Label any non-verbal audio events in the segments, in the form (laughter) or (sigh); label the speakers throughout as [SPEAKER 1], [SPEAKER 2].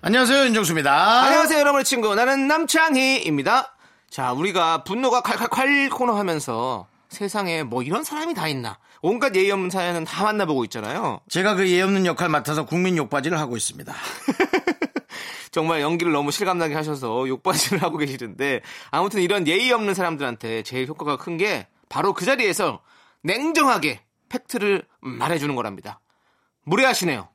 [SPEAKER 1] 안녕하세요 윤정수입니다.
[SPEAKER 2] 안녕하세요, 여러분의 친구. 나는 남창희입니다. 자, 우리가 분노가 칼칼칼 코너 하면서 세상에 뭐 이런 사람이 다 있나. 온갖 예의 없는 사연은 다 만나보고 있잖아요. (laughs)
[SPEAKER 1] 제가 그 예의 없는 역할 맡아서 국민 욕바지를 하고 있습니다.
[SPEAKER 2] 정말 연기를 너무 실감나게 하셔서 욕받이를 하고 계시는데 아무튼 이런 예의 없는 사람들한테 제일 효과가 큰 게 바로 그 자리에서 냉정하게 팩트를 말해주는 거랍니다. 무례하시네요.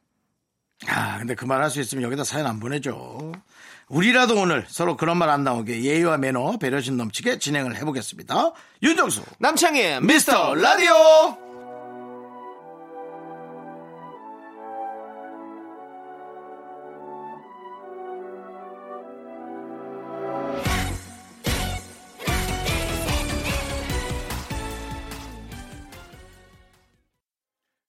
[SPEAKER 1] 아 근데 그 말 할 수 있으면 여기다 사연 안 보내죠. 우리라도 오늘 서로 그런 말 안 나오게 예의와 매너 배려심 넘치게 진행을 해보겠습니다. 윤정수
[SPEAKER 2] 남창희의 미스터 라디오!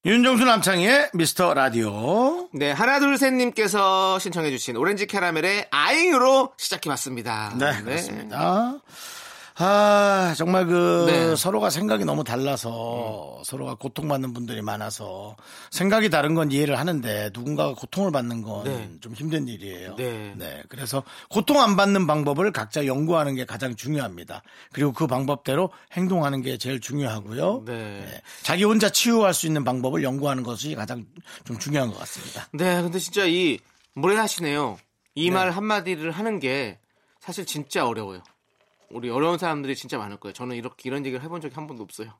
[SPEAKER 1] 윤정수 남창희의 미스터 라디오
[SPEAKER 2] 네, 하나 둘 셋님께서 신청해주신 오렌지 캐러멜의 아잉으로 시작해봤습니다.
[SPEAKER 1] 네, 그렇습니다. 아 정말 그
[SPEAKER 2] 네. 음.
[SPEAKER 1] 서로가 생각이 너무 달라서 서로가 고통받는 분들이 많아서 생각이 다른 건 이해를 하는데 누군가가 고통을 받는 건 좀
[SPEAKER 2] 네.
[SPEAKER 1] 힘든 일이에요.
[SPEAKER 2] 네.
[SPEAKER 1] 그래서 고통 안 받는 방법을 각자 연구하는 게 가장 중요합니다. 그리고 그 방법대로 행동하는 게 제일 중요하고요.
[SPEAKER 2] 네.
[SPEAKER 1] 자기 혼자 치유할 수 있는 방법을 연구하는 것이 가장 좀 중요한 것 같습니다.
[SPEAKER 2] 네, 근데 진짜 이 무례하시네요. 이 말 한마디를 하는 게 사실 진짜 어려워요. 우리 어려운 사람들이 진짜 많을 거예요. 저는 이렇게 이런 얘기를 해본 적이 한 번도 없어요.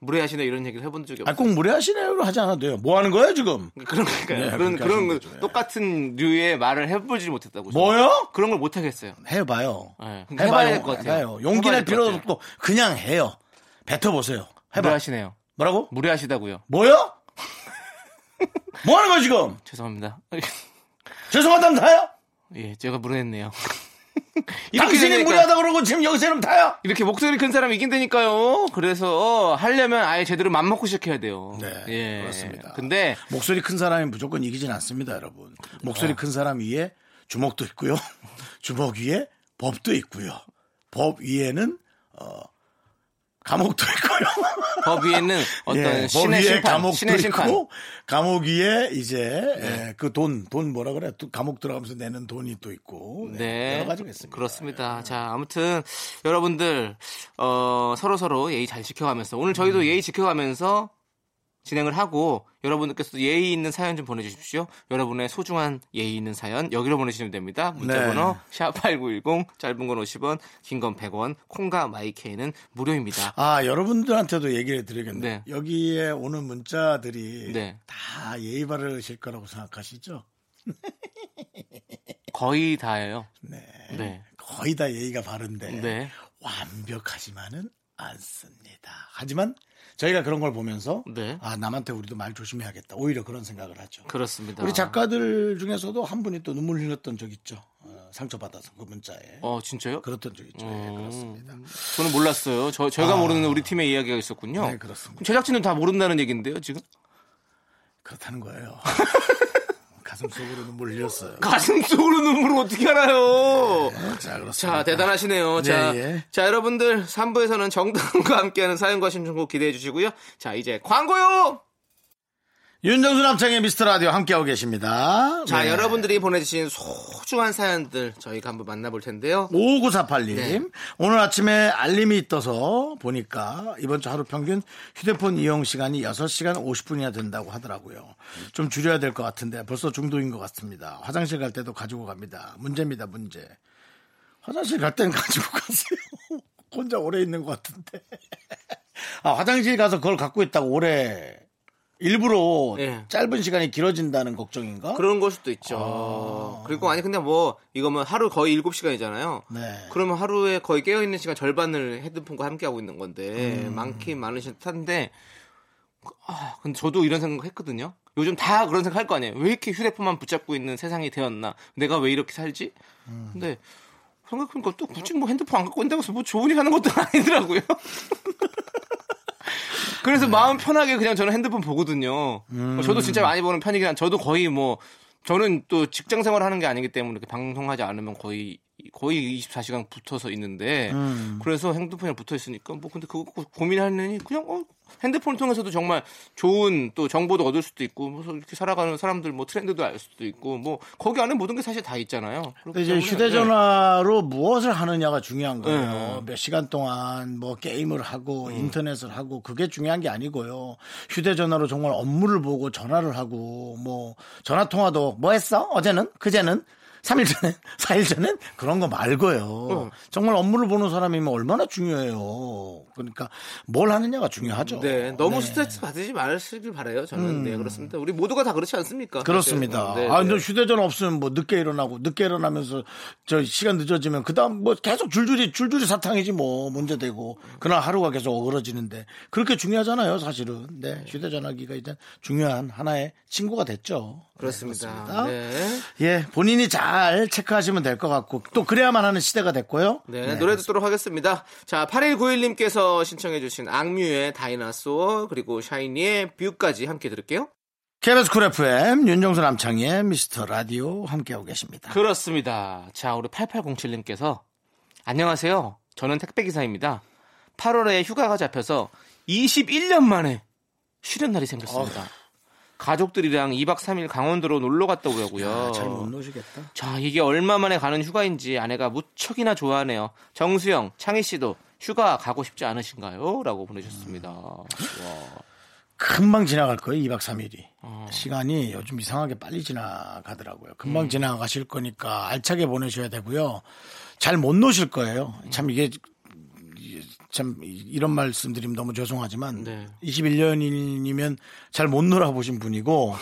[SPEAKER 2] 무례하시네 이런 얘기를 해본 적이
[SPEAKER 1] 음? 아,
[SPEAKER 2] 없어요.
[SPEAKER 1] 꼭 무례하시네요. 하지 않아도 돼요. 뭐 하는 거예요, 지금?
[SPEAKER 2] 그런 그러니까요.
[SPEAKER 1] 네,
[SPEAKER 2] 그런
[SPEAKER 1] 그러니까
[SPEAKER 2] 그런
[SPEAKER 1] 하시는
[SPEAKER 2] 거-
[SPEAKER 1] 거죠. 예.
[SPEAKER 2] 똑같은 류의 말을 해보지 못했다고. 저는.
[SPEAKER 1] 뭐요?
[SPEAKER 2] 그런 걸 못 하겠어요.
[SPEAKER 1] 해봐요.
[SPEAKER 2] 네,
[SPEAKER 1] 해봐요.
[SPEAKER 2] 해봐야 될것 같아요.
[SPEAKER 1] 해봐요. 용기
[SPEAKER 2] 해봐야
[SPEAKER 1] 낼
[SPEAKER 2] 될것
[SPEAKER 1] 필요
[SPEAKER 2] 같아요.
[SPEAKER 1] 없고 그냥 해요. 뱉어보세요. 해봐.
[SPEAKER 2] 무례하시네요.
[SPEAKER 1] 뭐라고?
[SPEAKER 2] 무례하시다고요.
[SPEAKER 1] 뭐요? (laughs) 뭐 하는 거야 지금?
[SPEAKER 2] 죄송합니다. (laughs)
[SPEAKER 1] 죄송하다면 다요?
[SPEAKER 2] 예, 제가 무례했네요.
[SPEAKER 1] 당신이
[SPEAKER 2] 되니까-
[SPEAKER 1] 무례하다 그러고 지금 여기서 이러면 다요?
[SPEAKER 2] 이렇게 목소리 큰 사람이 이긴다니까요. 그래서 하려면 아예 제대로 맘먹고 시작해야 돼요.
[SPEAKER 1] 네,
[SPEAKER 2] 예.
[SPEAKER 1] 그렇습니다.
[SPEAKER 2] 근데 아.
[SPEAKER 1] 목소리 큰 사람이 무조건 이기진 않습니다, 여러분. 목소리 큰 사람 위에 주먹도 있고요. (laughs) 주먹 위에 법도 있고요. 법 위에는 어, 감옥도 있고요. (laughs)
[SPEAKER 2] 법 위에는 어떤
[SPEAKER 1] 예, 법
[SPEAKER 2] 신의
[SPEAKER 1] 위에
[SPEAKER 2] 심판,
[SPEAKER 1] 감옥도
[SPEAKER 2] 신의 심판. 네.
[SPEAKER 1] 있고 (laughs) 감옥 위에 이제 그 돈 돈 뭐라 그래 또 감옥 들어가면서 내는 돈이 또 있고 네,
[SPEAKER 2] 네.
[SPEAKER 1] 여러 가지가 있습니다.
[SPEAKER 2] 그렇습니다. 자, 아무튼 여러분들 어, 서로 서로 예의 잘 지켜가면서 오늘 저희도
[SPEAKER 1] 음.
[SPEAKER 2] 예의 지켜가면서 진행을 하고 여러분들께서도 예의 있는 사연 좀 보내주십시오. 여러분의 소중한 예의 있는 사연 여기로 보내주시면 됩니다.
[SPEAKER 1] 네.
[SPEAKER 2] 문자번호 샵8910 짧은 건 50원, 긴 건 100원, 콩과 마이케이는 무료입니다.
[SPEAKER 1] 아 여러분들한테도 얘기를 드리겠네요.
[SPEAKER 2] 네.
[SPEAKER 1] 여기에 오는 문자들이
[SPEAKER 2] 네.
[SPEAKER 1] 다 예의 바르실 거라고 생각하시죠?
[SPEAKER 2] 거의 다예요.
[SPEAKER 1] 네.
[SPEAKER 2] 네.
[SPEAKER 1] 거의 다 예의가 바른데
[SPEAKER 2] 네.
[SPEAKER 1] 완벽하지만은 않습니다. 하지만 저희가 그런 걸 보면서
[SPEAKER 2] 네.
[SPEAKER 1] 아 남한테 우리도 말 조심해야겠다. 오히려 그런 생각을 하죠.
[SPEAKER 2] 그렇습니다.
[SPEAKER 1] 우리 작가들 중에서도 한 분이 또 눈물 흘렸던 적 있죠. 어, 상처받아서 그 문자에.
[SPEAKER 2] 어, 음. 진짜요?
[SPEAKER 1] 그랬던 적 있죠. 예, 그렇습니다.
[SPEAKER 2] 저는 몰랐어요. 저, 저희가 모르는 우리 팀의 이야기가 있었군요.
[SPEAKER 1] 아. 네, 그렇습니다.
[SPEAKER 2] 제작진은 다 모른다는 얘기인데요, 지금?
[SPEAKER 1] 그렇다는
[SPEAKER 2] (laughs)
[SPEAKER 1] 거예요. 가슴 속으로 눈물 흘렸어요.
[SPEAKER 2] 가슴 속으로 눈물을 어떻게 알아요?
[SPEAKER 1] 자, 그렇습니다.
[SPEAKER 2] 자, 대단하시네요. 자,
[SPEAKER 1] 그러니까. 예, 예.
[SPEAKER 2] 자, 여러분들 3부에서는 정다운과 함께하는 사연과 신청곡 기대해 주시고요. 자, 이제 광고요!
[SPEAKER 1] 윤정수 남창의 미스터 라디오 함께하고 계십니다.
[SPEAKER 2] 자,
[SPEAKER 1] 네.
[SPEAKER 2] 여러분들이 보내주신 소중한 사연들 저희가 한번 만나볼 텐데요.
[SPEAKER 1] 5948님.
[SPEAKER 2] 네.
[SPEAKER 1] 오늘 아침에 알림이 떠서 보니까 이번 주 하루 평균 휴대폰 이용 시간이 6시간 50분이나 된다고 하더라고요. 좀 줄여야 될 것 같은데 벌써 중독인 것 같습니다. 화장실 갈 때도 가지고 갑니다. 문제입니다, 문제. 화장실 갈 땐 (laughs) 가지고 가세요. 혼자 오래 있는 것 같은데. (laughs) 아, 화장실 가서 그걸 갖고 있다고 오래 일부러
[SPEAKER 2] 네.
[SPEAKER 1] 짧은 시간이 길어진다는 걱정인가?
[SPEAKER 2] 그런 걸 수도 있죠. 그리고 아니, 근데 뭐, 이거 뭐 하루 거의 7시간이잖아요.
[SPEAKER 1] 네.
[SPEAKER 2] 그러면 하루에 거의 깨어있는 시간 절반을 헤드폰과 함께하고 있는
[SPEAKER 1] 음.
[SPEAKER 2] 건데, 많긴 많으실 텐데, 아, 근데 저도 이런 생각 했거든요. 요즘 다 그런 생각 할 거 아니에요. 왜 이렇게 휴대폰만 붙잡고 있는 세상이 되었나? 내가 왜 이렇게 살지?
[SPEAKER 1] 음.
[SPEAKER 2] 근데 생각해보니까 또 굳이 뭐 핸드폰 안 갖고 있다고 해서 뭐 좋은 일 하는 것도 (laughs) 아니더라고요. 그래서
[SPEAKER 1] 네.
[SPEAKER 2] 마음 편하게 그냥 저는 핸드폰 보거든요.
[SPEAKER 1] 음.
[SPEAKER 2] 저도 진짜 많이 보는 편이긴 한 저도 거의 뭐 저는 또 직장 생활 하는 게 아니기 때문에 이렇게 방송하지 않으면 거의 거의 24시간 붙어서 있는데
[SPEAKER 1] 음.
[SPEAKER 2] 그래서 핸드폰에 붙어 있으니까 뭐 근데 그거 갖고 고민하느니 그냥 어 핸드폰을 통해서도 정말 좋은 또 정보도 얻을 수도 있고 뭐 이렇게 살아가는 사람들 뭐 트렌드도 알 수도 있고 뭐 거기 안에 모든 게 사실 다 있잖아요. 그렇기
[SPEAKER 1] 근데 이제
[SPEAKER 2] 때문에, 네.
[SPEAKER 1] 휴대전화로 무엇을 하느냐가 중요한 거예요. 몇 시간 동안 뭐 게임을 하고
[SPEAKER 2] 음.
[SPEAKER 1] 인터넷을 하고 그게 중요한 게 아니고요. 휴대전화로 정말 업무를 보고 전화를 하고 뭐 전화 통화도 뭐 했어? 어제는? 그제는? 3일 전에? (laughs) 4일 전에? 그런 거
[SPEAKER 2] 어.
[SPEAKER 1] 말고요. 정말 업무를 보는 사람이면 얼마나 중요해요. 그러니까 뭘 하느냐가 중요하죠.
[SPEAKER 2] 네, 너무 스트레스 받지 마시길 바래요. 저는 네 그렇습니다. 우리 모두가 다 그렇지 않습니까?
[SPEAKER 1] 그렇습니다.
[SPEAKER 2] 사실. 네,
[SPEAKER 1] 아,
[SPEAKER 2] 네.
[SPEAKER 1] 근데 휴대전화 없으면 뭐 늦게 일어나고 늦게 일어나면서 저 시간 늦어지면 그다음 뭐 계속 줄줄이 줄줄이 사탕이지 뭐 문제되고 그날 하루가 계속 어그러지는데 그렇게 중요하잖아요, 사실은. 네, 휴대전화기가 일단 중요한 하나의 친구가 됐죠.
[SPEAKER 2] 그렇습니다. 네.
[SPEAKER 1] 예, 본인이 잘 체크하시면 될 것 같고 또 그래야만 하는 시대가 됐고요.
[SPEAKER 2] 네, 노래 듣도록 하겠습니다. 자, 8191님께서 신청해주신 악뮤의 다이나소어, 그리고 샤이니의 뷰까지 함께 들을게요.
[SPEAKER 1] KBS 쿨 FM 윤정수 남창의 미스터 라디오 함께하고 계십니다.
[SPEAKER 2] 그렇습니다. 자, 우리 8807님께서 안녕하세요. 저는 택배기사입니다. 8월에 휴가가 잡혀서 21년 만에 쉬는 날이 생겼습니다. 가족들이랑 2박 3일 강원도로 놀러 갔다 오려고요.
[SPEAKER 1] 아, 잘
[SPEAKER 2] 어.
[SPEAKER 1] 못 노시겠다.
[SPEAKER 2] 자, 이게 얼마 만에 가는 휴가인지 아내가 무척이나 좋아하네요. 정수영, 창희 씨도 휴가 가고 싶지 않으신가요? 라고 보내셨습니다. 와.
[SPEAKER 1] 금방 지나갈 거예요, 2박 3일이. 시간이 요즘 이상하게 빨리 지나가더라고요. 금방 지나가실 거니까 알차게 보내셔야 되고요. 잘 못 노실 거예요. 참 이게 이게 참 이런 말씀 드리면 너무 죄송하지만
[SPEAKER 2] 네.
[SPEAKER 1] 21년이면 잘 못 놀아보신 분이고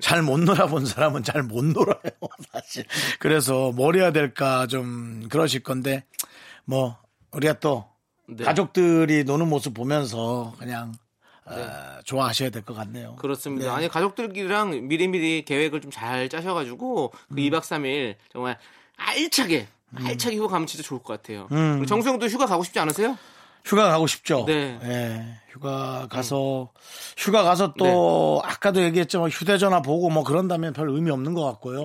[SPEAKER 1] 잘 못 놀아본 사람은 잘 못 놀아요 (laughs) 사실 그래서 뭘 해야 될까 좀 그러실 건데 뭐 우리가 또
[SPEAKER 2] 네.
[SPEAKER 1] 가족들이 노는 모습 보면서 그냥 어, 좋아하셔야 될 것 같네요.
[SPEAKER 2] 네. 그렇습니다. 아니, 가족들이랑 미리미리 계획을 좀 잘 짜셔가지고 그 2박 3일 정말 알차게, 알차게 휴가 가면 진짜 좋을 것 같아요. 우리 정수영도 휴가 가고 싶지 않으세요?
[SPEAKER 1] 휴가 가고 싶죠.
[SPEAKER 2] 네. 음.
[SPEAKER 1] 예, 휴가 가서 휴가 가서 또
[SPEAKER 2] 네.
[SPEAKER 1] 아까도 얘기했지만 휴대전화 보고 뭐 그런다면 별 의미 없는 것 같고요.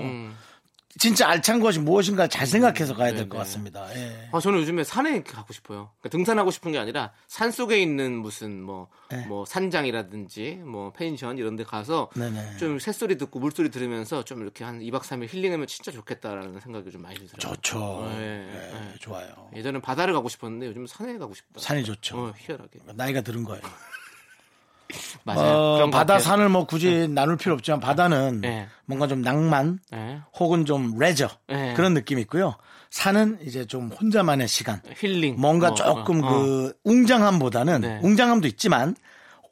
[SPEAKER 1] 진짜 알찬 것이 무엇인가 잘 생각해서 가야 될 것
[SPEAKER 2] 음. 네, 네.
[SPEAKER 1] 같습니다. 예.
[SPEAKER 2] 아, 저는 요즘에 산에 이렇게 가고 싶어요. 그러니까 등산하고 싶은 게 아니라 산 속에 있는 무슨 뭐,
[SPEAKER 1] 네.
[SPEAKER 2] 뭐 산장이라든지 뭐 펜션 이런 데 가서
[SPEAKER 1] 네네.
[SPEAKER 2] 좀 새소리 듣고 물소리 들으면서 좀 이렇게 한 2박 3일 힐링하면 진짜 좋겠다라는 생각이 좀 많이 들더라고요.
[SPEAKER 1] 좋죠.
[SPEAKER 2] 예,
[SPEAKER 1] 예, 좋아요.
[SPEAKER 2] 예전에 바다를 가고 싶었는데 요즘 산에 가고 싶다.
[SPEAKER 1] 산이 좋죠.
[SPEAKER 2] 어, 희열하게.
[SPEAKER 1] 나이가 들은 거예요.
[SPEAKER 2] 맞아요. 네.
[SPEAKER 1] 어,
[SPEAKER 2] 그런 것
[SPEAKER 1] 바다
[SPEAKER 2] 같아요.
[SPEAKER 1] 산을 뭐 굳이 나눌 필요 없지만 바다는
[SPEAKER 2] 네.
[SPEAKER 1] 뭔가 좀 낭만
[SPEAKER 2] 예.
[SPEAKER 1] 혹은 좀 레저
[SPEAKER 2] 네.
[SPEAKER 1] 그런 느낌이 있고요. 산은 이제 좀 혼자만의 시간.
[SPEAKER 2] 힐링.
[SPEAKER 1] 뭔가
[SPEAKER 2] 뭐,
[SPEAKER 1] 조금
[SPEAKER 2] 어,
[SPEAKER 1] 그 웅장함보다는
[SPEAKER 2] 네.
[SPEAKER 1] 웅장함도 있지만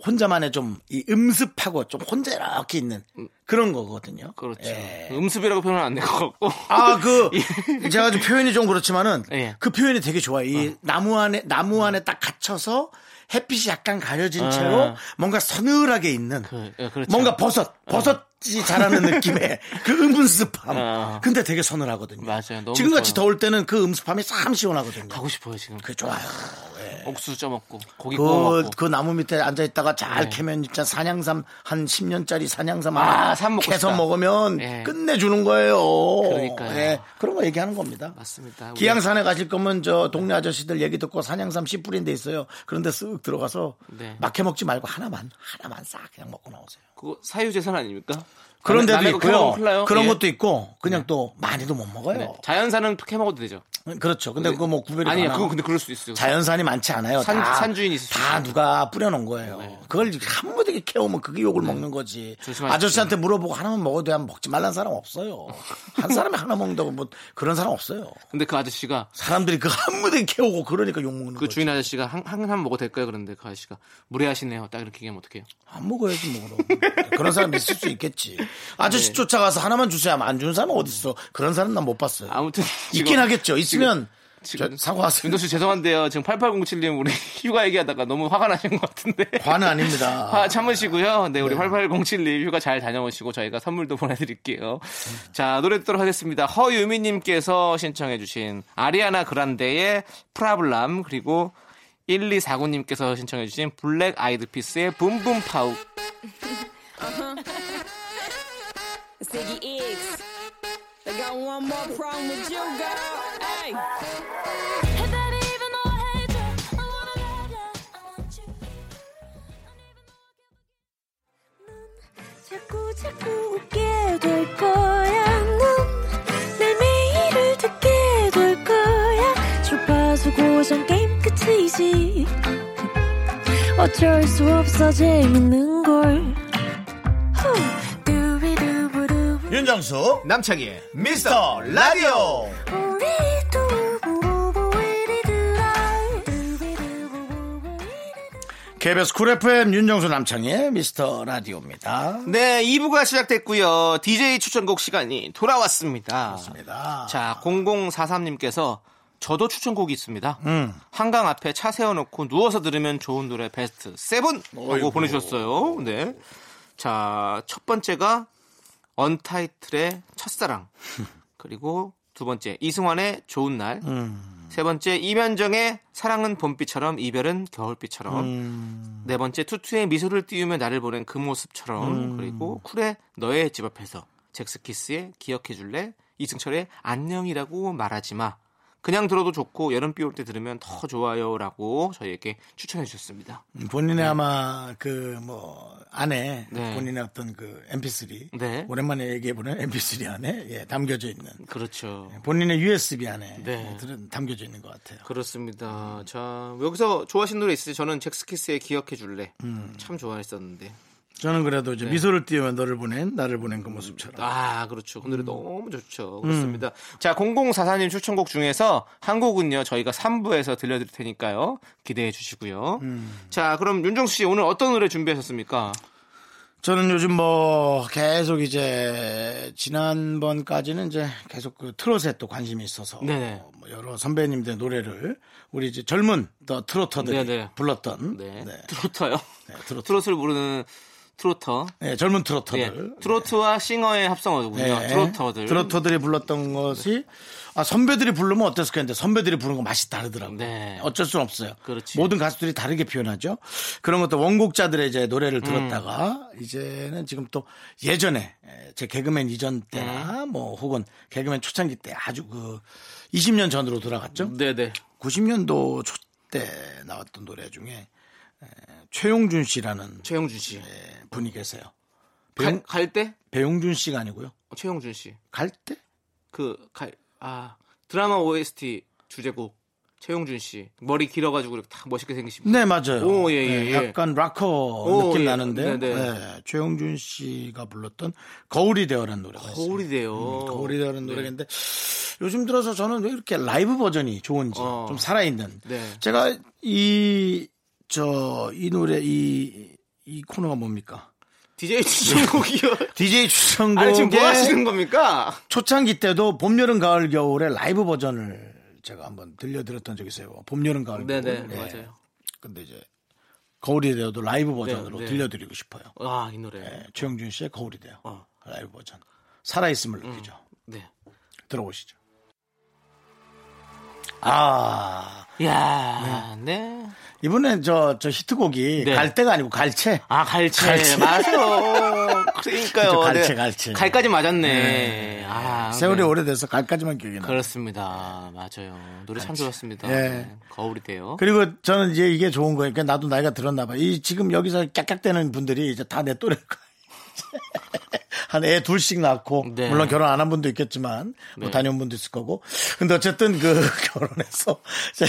[SPEAKER 1] 혼자만의 좀 이 음습하고 좀 혼자 이렇게 있는 그런 거거든요.
[SPEAKER 2] 음. 그렇죠.
[SPEAKER 1] 예.
[SPEAKER 2] 음습이라고 표현은 안 될 것 같고.
[SPEAKER 1] 아, 그,
[SPEAKER 2] (laughs)
[SPEAKER 1] 제가 좀 표현이 좀 그렇지만은
[SPEAKER 2] 어, 예. 어.
[SPEAKER 1] 그 표현이 되게 좋아요. 이 나무 안에, 나무 안에 딱 갇혀서 햇빛이 약간 가려진 채로
[SPEAKER 2] 아.
[SPEAKER 1] 뭔가 서늘하게 있는
[SPEAKER 2] 그, 예, 그렇죠.
[SPEAKER 1] 뭔가 버섯,
[SPEAKER 2] (laughs)
[SPEAKER 1] 버섯이 자라는 느낌의 그 음습함.
[SPEAKER 2] 어.
[SPEAKER 1] 근데 되게 서늘하거든요.
[SPEAKER 2] 맞아요. 너무 아,
[SPEAKER 1] 지금같이
[SPEAKER 2] 좋아요.
[SPEAKER 1] 더울 때는 그 음습함이 참 시원하거든요.
[SPEAKER 2] 가고 싶어요 지금.
[SPEAKER 1] 그 좋아요.
[SPEAKER 2] 옥수수 쪄 먹고 고기 구워
[SPEAKER 1] 그,
[SPEAKER 2] 뭐 먹고.
[SPEAKER 1] 그 나무 밑에 앉아 있다가 잘
[SPEAKER 2] 네.
[SPEAKER 1] 캐면 진짜 산양삼 한 10년짜리 산양삼
[SPEAKER 2] 아,
[SPEAKER 1] 하나
[SPEAKER 2] 삼 먹고
[SPEAKER 1] 캐서
[SPEAKER 2] 싶다.
[SPEAKER 1] 먹으면
[SPEAKER 2] 예.
[SPEAKER 1] 끝내주는 거예요.
[SPEAKER 2] 그러니까요.
[SPEAKER 1] 예, 그런 거 얘기하는 겁니다.
[SPEAKER 2] 맞습니다. 아, 우리-
[SPEAKER 1] 기양산에 가실 거면 저 동네 아저씨들 얘기 듣고 산양삼 씨 뿌린 데 있어요. 그런데 쓱 들어가서
[SPEAKER 2] 네.
[SPEAKER 1] 막 막혀 먹지 말고 하나만 하나만 싹 그냥 먹고 나오세요.
[SPEAKER 2] 그거 사유재산 아닙니까?
[SPEAKER 1] 그런
[SPEAKER 2] 남의-
[SPEAKER 1] 데도
[SPEAKER 2] 남의 거 캐먹으면 큰일
[SPEAKER 1] 있고요.
[SPEAKER 2] 나요.
[SPEAKER 1] 그런
[SPEAKER 2] 예.
[SPEAKER 1] 것도 있고 그냥 또 많이도 못 먹어요.
[SPEAKER 2] 네. 자연산은 캐먹어도 되죠.
[SPEAKER 1] 그렇죠. 근데 그거 뭐 구별이
[SPEAKER 2] 아니야,
[SPEAKER 1] 가나?
[SPEAKER 2] 그거 근데 그럴 수 있어요.
[SPEAKER 1] 자연산이 많지 않아요.
[SPEAKER 2] 산-
[SPEAKER 1] 다,
[SPEAKER 2] 산주인 있으시죠? 네.
[SPEAKER 1] 다 누가 뿌려놓은 거예요. 그걸 한무되게 캐오면 그게 욕을 먹는 거지.
[SPEAKER 2] 조심하십시오.
[SPEAKER 1] 아저씨한테 물어보고 하나만 먹어도 돼 하면 먹지 말란 사람 없어요. 한 사람이 하나 먹는다고 뭐 그런 사람 없어요.
[SPEAKER 2] 근데 그 아저씨가
[SPEAKER 1] 사람들이 그 한무되게 캐오고 그러니까 욕 먹는
[SPEAKER 2] 그
[SPEAKER 1] 거지.
[SPEAKER 2] 주인 아저씨가 한한한 먹어도 될까요? 그런데 그 아저씨가 무례하시네요. 딱 이렇게 얘기하면 어떡해요?
[SPEAKER 1] 안 먹어야지 뭐 그럼. 그런 사람 있을 수 있겠지. 아저씨
[SPEAKER 2] 네.
[SPEAKER 1] 쫓아가서 하나만 주세요 하면 안 주는 사람은 어딨어. 그런 사람 난 못 봤어요.
[SPEAKER 2] 아무튼
[SPEAKER 1] (laughs) 있긴
[SPEAKER 2] 지금-
[SPEAKER 1] 하겠죠. 있으면
[SPEAKER 2] 지금
[SPEAKER 1] 사과하세요.
[SPEAKER 2] 윤도씨 죄송한데요. 지금 8807님 우리 (laughs) 휴가 얘기하다가 너무 화가 나신 것 같은데.
[SPEAKER 1] 과는
[SPEAKER 2] (laughs)
[SPEAKER 1] 아닙니다.
[SPEAKER 2] 화 참으시고요. 네, 우리
[SPEAKER 1] 네.
[SPEAKER 2] 8807님 휴가 잘 다녀오시고 저희가 선물도 보내드릴게요. 자, 노래 듣도록 하겠습니다. 허유미님께서 신청해주신 아리아나 그란데의 프라블람 그리고 1249님께서 신청해주신 블랙 아이드 피스의 붐붐파우
[SPEAKER 3] Ziggy X. They got one more problem with you, girl. Hey.
[SPEAKER 4] Hey baby, even though I hate you, I wanna love you. I want you.
[SPEAKER 5] 자꾸 자꾸 웃게 될 거야. 넌내 매일을 듣게 될 거야. 주파수 고정 게임 끝이지. 어쩔 수 없어 재밌는 걸. 후. 두비두부두.
[SPEAKER 1] 윤정수
[SPEAKER 2] 남창희의
[SPEAKER 1] 미스터 라디오
[SPEAKER 5] 우리 두부부부 우리 두라. 두비두부부부 우리 두라.
[SPEAKER 1] KBS 쿨 FM 윤정수 남창희의 미스터 라디오입니다.
[SPEAKER 2] 네, 2부가 시작됐고요. DJ 추천곡 시간이 돌아왔습니다.
[SPEAKER 1] 맞습니다.
[SPEAKER 2] 자, 0043님께서 저도 추천곡이 있습니다. 한강 앞에 차 세워놓고 누워서 들으면 좋은 노래 베스트 세븐
[SPEAKER 1] 어이구.
[SPEAKER 2] 라고 보내주셨어요. 네. 자, 첫 번째가 언타이틀의 (laughs) 첫사랑. 그리고 두 번째 이승환의 좋은 날. 세 번째 이면정의 사랑은 봄비처럼 이별은 겨울비처럼. 네 번째 투투의 미소를 띄우며 나를 보낸 그 모습처럼 그리고 쿨의 너의 집 앞에서 잭스키스의 기억해줄래 이승철의 안녕이라고 말하지마 그냥 들어도 좋고 여름비 올 때 들으면 더 좋아요라고 저희에게 추천해 주셨습니다.
[SPEAKER 1] 본인의 아마 그 뭐 안에
[SPEAKER 2] 네.
[SPEAKER 1] 본인의 어떤 그 MP3
[SPEAKER 2] 네.
[SPEAKER 1] 오랜만에 얘기해 보는 MP3 안에 예, 담겨져 있는
[SPEAKER 2] 그렇죠.
[SPEAKER 1] 본인의 USB 안에 뭐
[SPEAKER 2] 네.
[SPEAKER 1] 들은- 담겨져 있는 것 같아요.
[SPEAKER 2] 그렇습니다. 자 여기서 좋아하시는 노래 있으세요? 저는 잭스키스의 기억해줄래
[SPEAKER 1] 음.
[SPEAKER 2] 참 좋아했었는데
[SPEAKER 1] 저는 그래도
[SPEAKER 2] 네.
[SPEAKER 1] 이제 미소를 띄우면 너를 보낸 나를 보낸 그 모습처럼
[SPEAKER 2] 아, 그렇죠.
[SPEAKER 1] 음.
[SPEAKER 2] 그 노래 너무 좋죠. 그렇습니다. 자, 0044님 추천곡 중에서 한 곡은요, 저희가 3부에서 들려드릴 테니까요. 기대해 주시고요.
[SPEAKER 1] 음.
[SPEAKER 2] 자, 그럼 윤정수 씨 오늘 어떤 노래 준비하셨습니까?
[SPEAKER 1] 저는 요즘 뭐 계속 이제 지난번까지는 이제 계속 그 트롯에 또 관심이 있어서
[SPEAKER 2] 네네.
[SPEAKER 1] 뭐 여러 선배님들의 노래를 우리 이제 젊은 더 트로터들이
[SPEAKER 2] 네네.
[SPEAKER 1] 불렀던
[SPEAKER 2] 네.
[SPEAKER 1] 네.
[SPEAKER 2] 트로터요.
[SPEAKER 1] 네, 트로트.
[SPEAKER 2] 트로트를 부르는 트로터.
[SPEAKER 1] 네, 젊은
[SPEAKER 2] 예.
[SPEAKER 1] 트로터들
[SPEAKER 2] 트로트와 싱어의 합성어군요.
[SPEAKER 1] 네.
[SPEAKER 2] 아, 트로터들.
[SPEAKER 1] 트로터들이 불렀던 것이 아 선배들이 부르면 어땠을까 했는데 선배들이 부르는 거 맛이 다르더라고요.
[SPEAKER 2] 네.
[SPEAKER 1] 어쩔 수 없어요.
[SPEAKER 2] 그렇지.
[SPEAKER 1] 모든 가수들이 다르게 표현하죠. 그런 것도 원곡자들의 이제
[SPEAKER 2] 음.
[SPEAKER 1] 노래를 들었다가 이제는 지금 또 예전에 제 개그맨 이전
[SPEAKER 2] 네.
[SPEAKER 1] 때나 뭐 혹은 개그맨 초창기 때 아주 그 20년 전으로 돌아갔죠.
[SPEAKER 2] 네네.
[SPEAKER 1] 90년도 초 때 나왔던 노래 중에 에, 최용준 씨라는
[SPEAKER 2] 최영준 씨.
[SPEAKER 1] 에, 분이 계세요. 네.
[SPEAKER 2] 갈,
[SPEAKER 1] 배용,
[SPEAKER 2] 갈 때?
[SPEAKER 1] 배용준 씨가 아니고요.
[SPEAKER 2] 어, 최영준 씨.
[SPEAKER 1] 갈 때?
[SPEAKER 2] 그, 갈, 아, 드라마 OST 주제곡. 최용준 씨. 머리 길어가지고 이렇게 딱 멋있게 생기신 분.
[SPEAKER 1] 네 맞아요.
[SPEAKER 2] 오, 예, 예,
[SPEAKER 1] 네,
[SPEAKER 2] 예.
[SPEAKER 1] 약간 락커
[SPEAKER 2] 오,
[SPEAKER 1] 느낌
[SPEAKER 2] 예.
[SPEAKER 1] 나는데
[SPEAKER 2] 네, 네.
[SPEAKER 1] 네, 최용준 씨가 불렀던 거울이 되어라는 노래가
[SPEAKER 2] 거울이 네. 돼요.
[SPEAKER 1] 있어요. 음, 거울이 되어라는 노래인데 요즘 들어서 저는 왜 이렇게 라이브 버전이 좋은지
[SPEAKER 2] 어.
[SPEAKER 1] 좀 살아있는.
[SPEAKER 2] 네.
[SPEAKER 1] 제가 이 저 이 노래 이 이 코너가 뭡니까?
[SPEAKER 2] DJ 추천곡이요.
[SPEAKER 1] (laughs) DJ 추천곡의
[SPEAKER 2] 아니 지금 뭐 하시는 겁니까?
[SPEAKER 1] 초창기 때도 봄, 여름, 가을, 겨울의 라이브 버전을 제가 한번 들려드렸던 적이 있어요. 봄, 여름, 가을,
[SPEAKER 2] 네네
[SPEAKER 1] 겨울. 예.
[SPEAKER 2] 맞아요.
[SPEAKER 1] 근데 이제 거울이 되어도 라이브 버전으로
[SPEAKER 2] 네.
[SPEAKER 1] 들려드리고 싶어요.
[SPEAKER 2] 아이 노래.
[SPEAKER 1] 예, 최영준 씨의 거울이 돼요.
[SPEAKER 2] 어.
[SPEAKER 1] 라이브 버전. 살아있음을 느끼죠.
[SPEAKER 2] 네.
[SPEAKER 1] 들어보시죠. 아,
[SPEAKER 2] 야, 네.
[SPEAKER 1] 이번에 저, 저 히트곡이
[SPEAKER 2] 네.
[SPEAKER 1] 갈대가 아니고 갈채.
[SPEAKER 2] 아 갈채,
[SPEAKER 1] 갈채.
[SPEAKER 2] 맞아요.
[SPEAKER 1] 그쵸,
[SPEAKER 2] 그러니까요.
[SPEAKER 1] 갈채, 갈채.
[SPEAKER 2] 갈까지 맞았네. 아
[SPEAKER 1] 세월이
[SPEAKER 2] 네.
[SPEAKER 1] 오래돼서 갈까지만 기억이 나요.
[SPEAKER 2] 그렇습니다. 맞아요. 노래 참 좋았습니다.
[SPEAKER 1] 예.
[SPEAKER 2] 네. 거울이 돼요.
[SPEAKER 1] 어? 그리고 저는 이제 이게 좋은 거니까 나도 나이가 들었나 봐. 이 지금 여기서 깍깍대는 분들이 이제 다 내 또래 (laughs) 한 애 둘씩 낳고
[SPEAKER 2] 네.
[SPEAKER 1] 물론 결혼 안 한 분도 있겠지만 뭐
[SPEAKER 2] 네.
[SPEAKER 1] 다녀온 분도 있을 거고 근데 어쨌든 그 (laughs) 결혼해서 이제,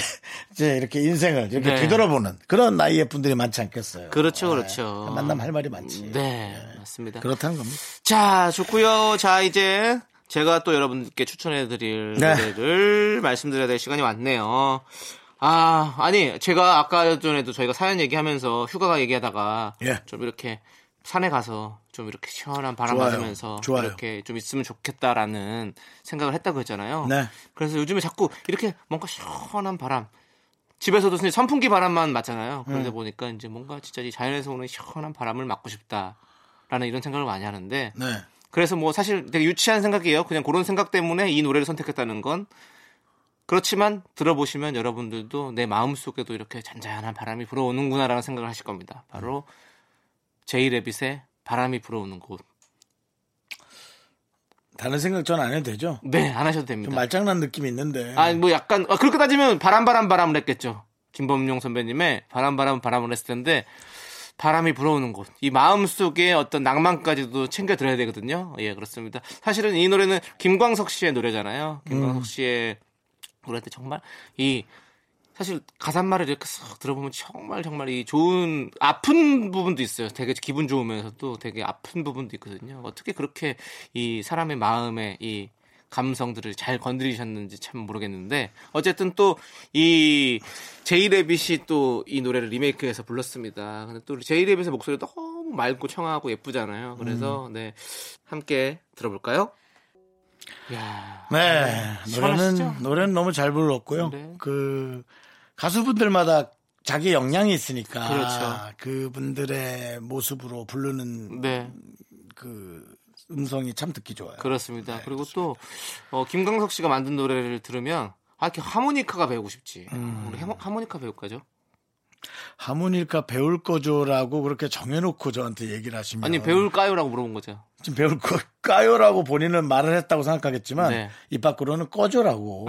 [SPEAKER 1] 이제 이렇게 인생을 이렇게
[SPEAKER 2] 네.
[SPEAKER 1] 뒤돌아보는 그런 나이의 분들이 많지 않겠어요.
[SPEAKER 2] 그렇죠,
[SPEAKER 1] 네.
[SPEAKER 2] 그렇죠.
[SPEAKER 1] 만남할 말이 많지.
[SPEAKER 2] 네,
[SPEAKER 1] 예.
[SPEAKER 2] 맞습니다.
[SPEAKER 1] 그렇다는 겁니다.
[SPEAKER 2] 자, 좋고요. 자, 이제 제가 또 여러분께 추천해드릴
[SPEAKER 1] 네.
[SPEAKER 2] 노래를 말씀드려야 될 시간이 왔네요. 아, 아니, 제가 아까 전에도 저희가 사연 얘기하면서 휴가가 얘기하다가
[SPEAKER 1] 예.
[SPEAKER 2] 좀 이렇게 산에 가서 좀 이렇게 시원한 바람
[SPEAKER 1] 좋아요.
[SPEAKER 2] 맞으면서
[SPEAKER 1] 좋아요.
[SPEAKER 2] 이렇게 좀 있으면 좋겠다라는 생각을 했다고 했잖아요.
[SPEAKER 1] 네.
[SPEAKER 2] 그래서 요즘에 자꾸 이렇게 뭔가 시원한 바람 집에서도 그냥 선풍기 바람만 맞잖아요. 그러다
[SPEAKER 1] 음.
[SPEAKER 2] 보니까 이제 뭔가 진짜 이 자연에서 오는 시원한 바람을 맞고 싶다라는 이런 생각을 많이 하는데
[SPEAKER 1] 네.
[SPEAKER 2] 그래서 뭐 사실 되게 유치한 생각이에요. 그냥 그런 생각 때문에 이 노래를 선택했다는 건 그렇지만 들어보시면 여러분들도 내 마음속에도 이렇게 잔잔한 바람이 불어오는구나라는 생각을 하실 겁니다. 바로 제이 레빗의 바람이 불어오는 곳.
[SPEAKER 1] 다른 생각 전 안 해도 되죠?
[SPEAKER 2] 네, 안 하셔도 됩니다.
[SPEAKER 1] 좀 말장난 느낌이 있는데.
[SPEAKER 2] 아, 뭐 약간 아, 그렇게 따지면 바람 바람 바람을 했겠죠. 김범용 선배님의 바람 바람 바람을 했을 텐데 바람이 불어오는 곳. 이 마음 속에 어떤 낭만까지도 챙겨 드려야 되거든요. 예, 그렇습니다. 사실은 이 노래는 김광석 씨의 노래잖아요. 김광석 씨의 노래인데 정말 이 사실 가사말을 이렇게 쓱 들어보면 정말 정말 이 좋은 아픈 부분도 있어요. 되게 기분 좋으면서도 되게 아픈 부분도 있거든요. 어떻게 그렇게 이 사람의 마음에 이 감성들을 잘 건드리셨는지 참 모르겠는데 어쨌든 또 이 제이 레빗이 또 이 노래를 리메이크해서 불렀습니다. 근데 또 제이 레빗의 목소리 너무 맑고 청하고 예쁘잖아요. 그래서 네 함께 들어볼까요? 야
[SPEAKER 1] 네.
[SPEAKER 2] 시원하시죠?
[SPEAKER 1] 노래는, 노래는 너무 잘 불렀고요.
[SPEAKER 2] 네.
[SPEAKER 1] 그, 가수분들마다 자기 역량이 있으니까.
[SPEAKER 2] 그렇죠.
[SPEAKER 1] 분들의 모습으로 부르는
[SPEAKER 2] 네.
[SPEAKER 1] 그 음성이 참 듣기 좋아요.
[SPEAKER 2] 그렇습니다.
[SPEAKER 1] 네,
[SPEAKER 2] 그리고 또 어, 김광석 씨가 만든 노래를 들으면 아 이렇게 하모니카가 배우고 싶지.
[SPEAKER 1] 음.
[SPEAKER 2] 우리 하모, 하모니카 배울까죠?
[SPEAKER 1] 하모니카 배울 거죠라고 그렇게 정해놓고 저한테 얘기를 하시면.
[SPEAKER 2] 아니 배울까요라고 물어본 거죠.
[SPEAKER 1] 지금 배울 거까요라고 본인은 말을 했다고 생각하겠지만
[SPEAKER 2] 네.
[SPEAKER 1] 입 밖으로는 꺼줘라고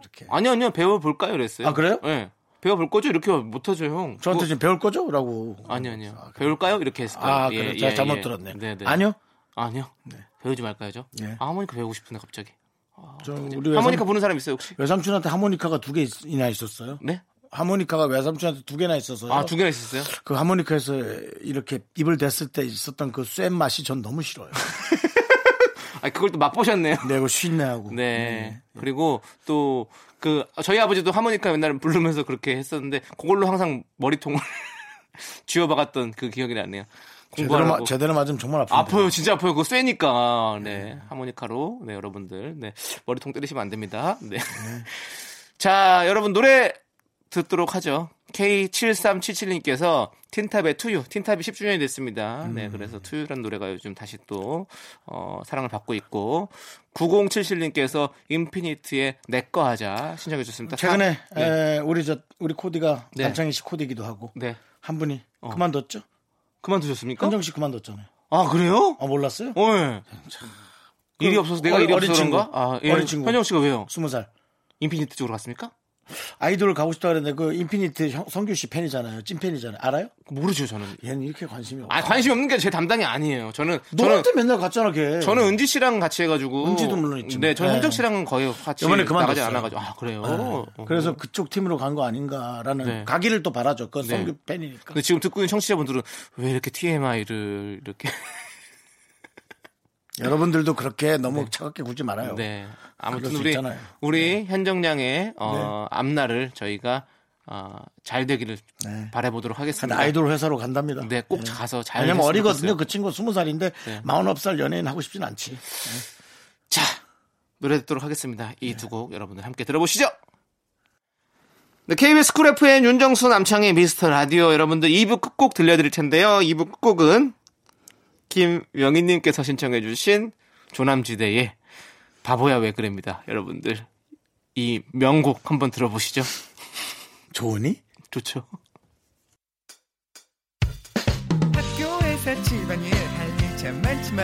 [SPEAKER 1] 이렇게
[SPEAKER 2] 아니 아니요 배워볼까요 그랬어요.
[SPEAKER 1] 네. 아, 그래요?
[SPEAKER 2] 네. 배워볼 거죠 이렇게 못하죠 형.
[SPEAKER 1] 저한테 지금 배울 거죠라고
[SPEAKER 2] 뭐 아니 아니요 배울까요 이렇게 했을 거예요.
[SPEAKER 1] 아
[SPEAKER 2] 예,
[SPEAKER 1] 그래
[SPEAKER 2] 예,
[SPEAKER 1] 제가 잘못
[SPEAKER 2] 예.
[SPEAKER 1] 들었네
[SPEAKER 2] 네네.
[SPEAKER 1] 아니요 네.
[SPEAKER 2] 아니요 배우지 말까요죠.
[SPEAKER 1] 예.
[SPEAKER 2] 아, 하모니카 배우고 싶은데 갑자기.
[SPEAKER 1] 저 우리
[SPEAKER 2] 어, 하모니카
[SPEAKER 1] 외삼,
[SPEAKER 2] 보는 사람 있어요 혹시?
[SPEAKER 1] 외삼촌한테 하모니카가 두 개나 있었어요
[SPEAKER 2] 네?
[SPEAKER 1] 하모니카가 외삼촌한테 두 개나 있어서
[SPEAKER 2] 아 두 개나 있었어요?
[SPEAKER 1] 그 하모니카에서 이렇게 입을 댔을 때 있었던 그 쐐 맛이 전 너무 싫어요
[SPEAKER 2] 아 그걸 또 맛보셨네요.
[SPEAKER 1] 내고 쉰내 하고
[SPEAKER 2] 네. 그리고 또 그 저희 아버지도 하모니카 맨날 부르면서 그렇게 했었는데 그걸로 항상 머리통을 (laughs) 쥐어박았던 그 기억이 나네요.
[SPEAKER 1] 제대로,
[SPEAKER 2] 공부하고
[SPEAKER 1] 마, 제대로 맞으면 정말 아픈데
[SPEAKER 2] 아파요, 진짜 아파요. 그거 쐬니까. 네. 하모니카로 네, 여러분들. 네. 머리통 때리시면 안 됩니다. 네. (laughs) 자, 여러분 노래 듣도록 하죠. K7377님께서 틴탑의 투유, 틴탑이 10주년이 됐습니다.
[SPEAKER 1] 음.
[SPEAKER 2] 네, 그래서 투유라는 노래가 요즘 다시 또, 어, 사랑을 받고 있고, 9077님께서 인피니트의 내꺼 하자 신청해 주셨습니다.
[SPEAKER 1] 최근에
[SPEAKER 2] 사- 네.
[SPEAKER 1] 에, 우리 저 우리 코디가
[SPEAKER 2] 네.
[SPEAKER 1] 남창희 씨 코디기도 하고
[SPEAKER 2] 네. 어?
[SPEAKER 1] 한 분이 그만뒀죠?
[SPEAKER 2] 그만두셨습니까?
[SPEAKER 1] 한정 씨 그만뒀잖아요.
[SPEAKER 2] 아, 그래요?
[SPEAKER 1] 아 몰랐어요?
[SPEAKER 2] 어, 예. 일이 없어서 내가
[SPEAKER 1] 어린-
[SPEAKER 2] 일이 없어서
[SPEAKER 1] 어린
[SPEAKER 2] 그런가?
[SPEAKER 1] 친구.
[SPEAKER 2] 아, 예.
[SPEAKER 1] 어린 친구.
[SPEAKER 2] 현정 씨가 왜요?
[SPEAKER 1] 스무 살
[SPEAKER 2] 인피니트 쪽으로 갔습니까?
[SPEAKER 1] 아이돌 가고 싶다 그랬는데 그 인피니트 형, 성규 씨 팬이잖아요. 찐 팬이잖아요. 알아요?
[SPEAKER 2] 모르죠 저는.
[SPEAKER 1] 얘는 이렇게 관심이 없어.
[SPEAKER 2] 아 관심 없는 게 제 담당이 아니에요. 저는 저는
[SPEAKER 1] 너한테 맨날 갔잖아 걔.
[SPEAKER 2] 저는 은지 씨랑 같이 해가지고
[SPEAKER 1] 은지도 물론 있지만.
[SPEAKER 2] 네, 저는
[SPEAKER 1] 네.
[SPEAKER 2] 현정 씨랑 거의 같이
[SPEAKER 1] 이번에
[SPEAKER 2] 나가지
[SPEAKER 1] 그만뒀어요. 네.
[SPEAKER 2] 않아가지고 아 그래요. 어.
[SPEAKER 1] 그래서 그쪽 팀으로 간 거 아닌가라는
[SPEAKER 2] 네.
[SPEAKER 1] 가기를 또 바라죠. 그건
[SPEAKER 2] 네.
[SPEAKER 1] 성규 팬이니까.
[SPEAKER 2] 근데 지금 듣고 있는 청취자분들은 왜 이렇게 TMI를
[SPEAKER 1] (laughs)
[SPEAKER 2] 이렇게
[SPEAKER 1] 여러분들도 그렇게 너무 차갑게 굴지 말아요.
[SPEAKER 2] 네
[SPEAKER 1] 그럴
[SPEAKER 2] 아무튼
[SPEAKER 1] 수
[SPEAKER 2] 우리
[SPEAKER 1] 있잖아요. 네.
[SPEAKER 2] 우리 현정 양의 어, 앞날을 저희가 어, 잘 되기를
[SPEAKER 1] 네.
[SPEAKER 2] 바라보도록
[SPEAKER 1] 근데
[SPEAKER 2] 하겠습니다.
[SPEAKER 1] 아이돌 회사로 간답니다.
[SPEAKER 2] 네, 꼭 가서 잘
[SPEAKER 1] 왜냐면
[SPEAKER 2] 됐으면
[SPEAKER 1] 어리거든요.
[SPEAKER 2] 좋겠어요. 네.
[SPEAKER 1] 그 친구 스무 살인데 마흔아홉 살 연예인 하고 싶진 않지.
[SPEAKER 2] 자 노래 듣도록 하겠습니다. 이 두 곡 여러분들 함께 들어보시죠. 네, KBS 쿨 FM 윤정수 남창의 미스터 라디오 여러분들 2부 끝곡 들려드릴 텐데요. 2부 끝곡은 김명희님께서 신청해주신 조남지대의 바보야 왜 그래입니다. 여러분들 이 명곡 한번 들어보시죠.
[SPEAKER 1] 좋으니?
[SPEAKER 2] 좋죠.
[SPEAKER 6] 학교에서 집안일 할 일 참 많지만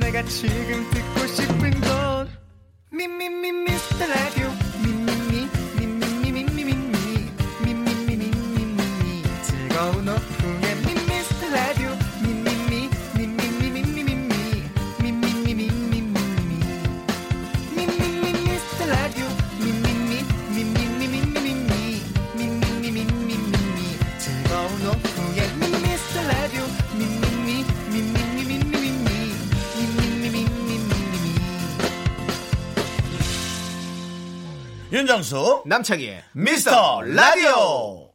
[SPEAKER 6] 내가 지금 듣고 싶은 건 미미미 미스터 라디오 미미미 미미미 미미미 미미미 미미미 즐거운 오후에 미스터 라디오 미미미 미미미 미미미 미미미 미미미
[SPEAKER 1] 윤정수
[SPEAKER 2] 남창희의
[SPEAKER 1] 미스터 라디오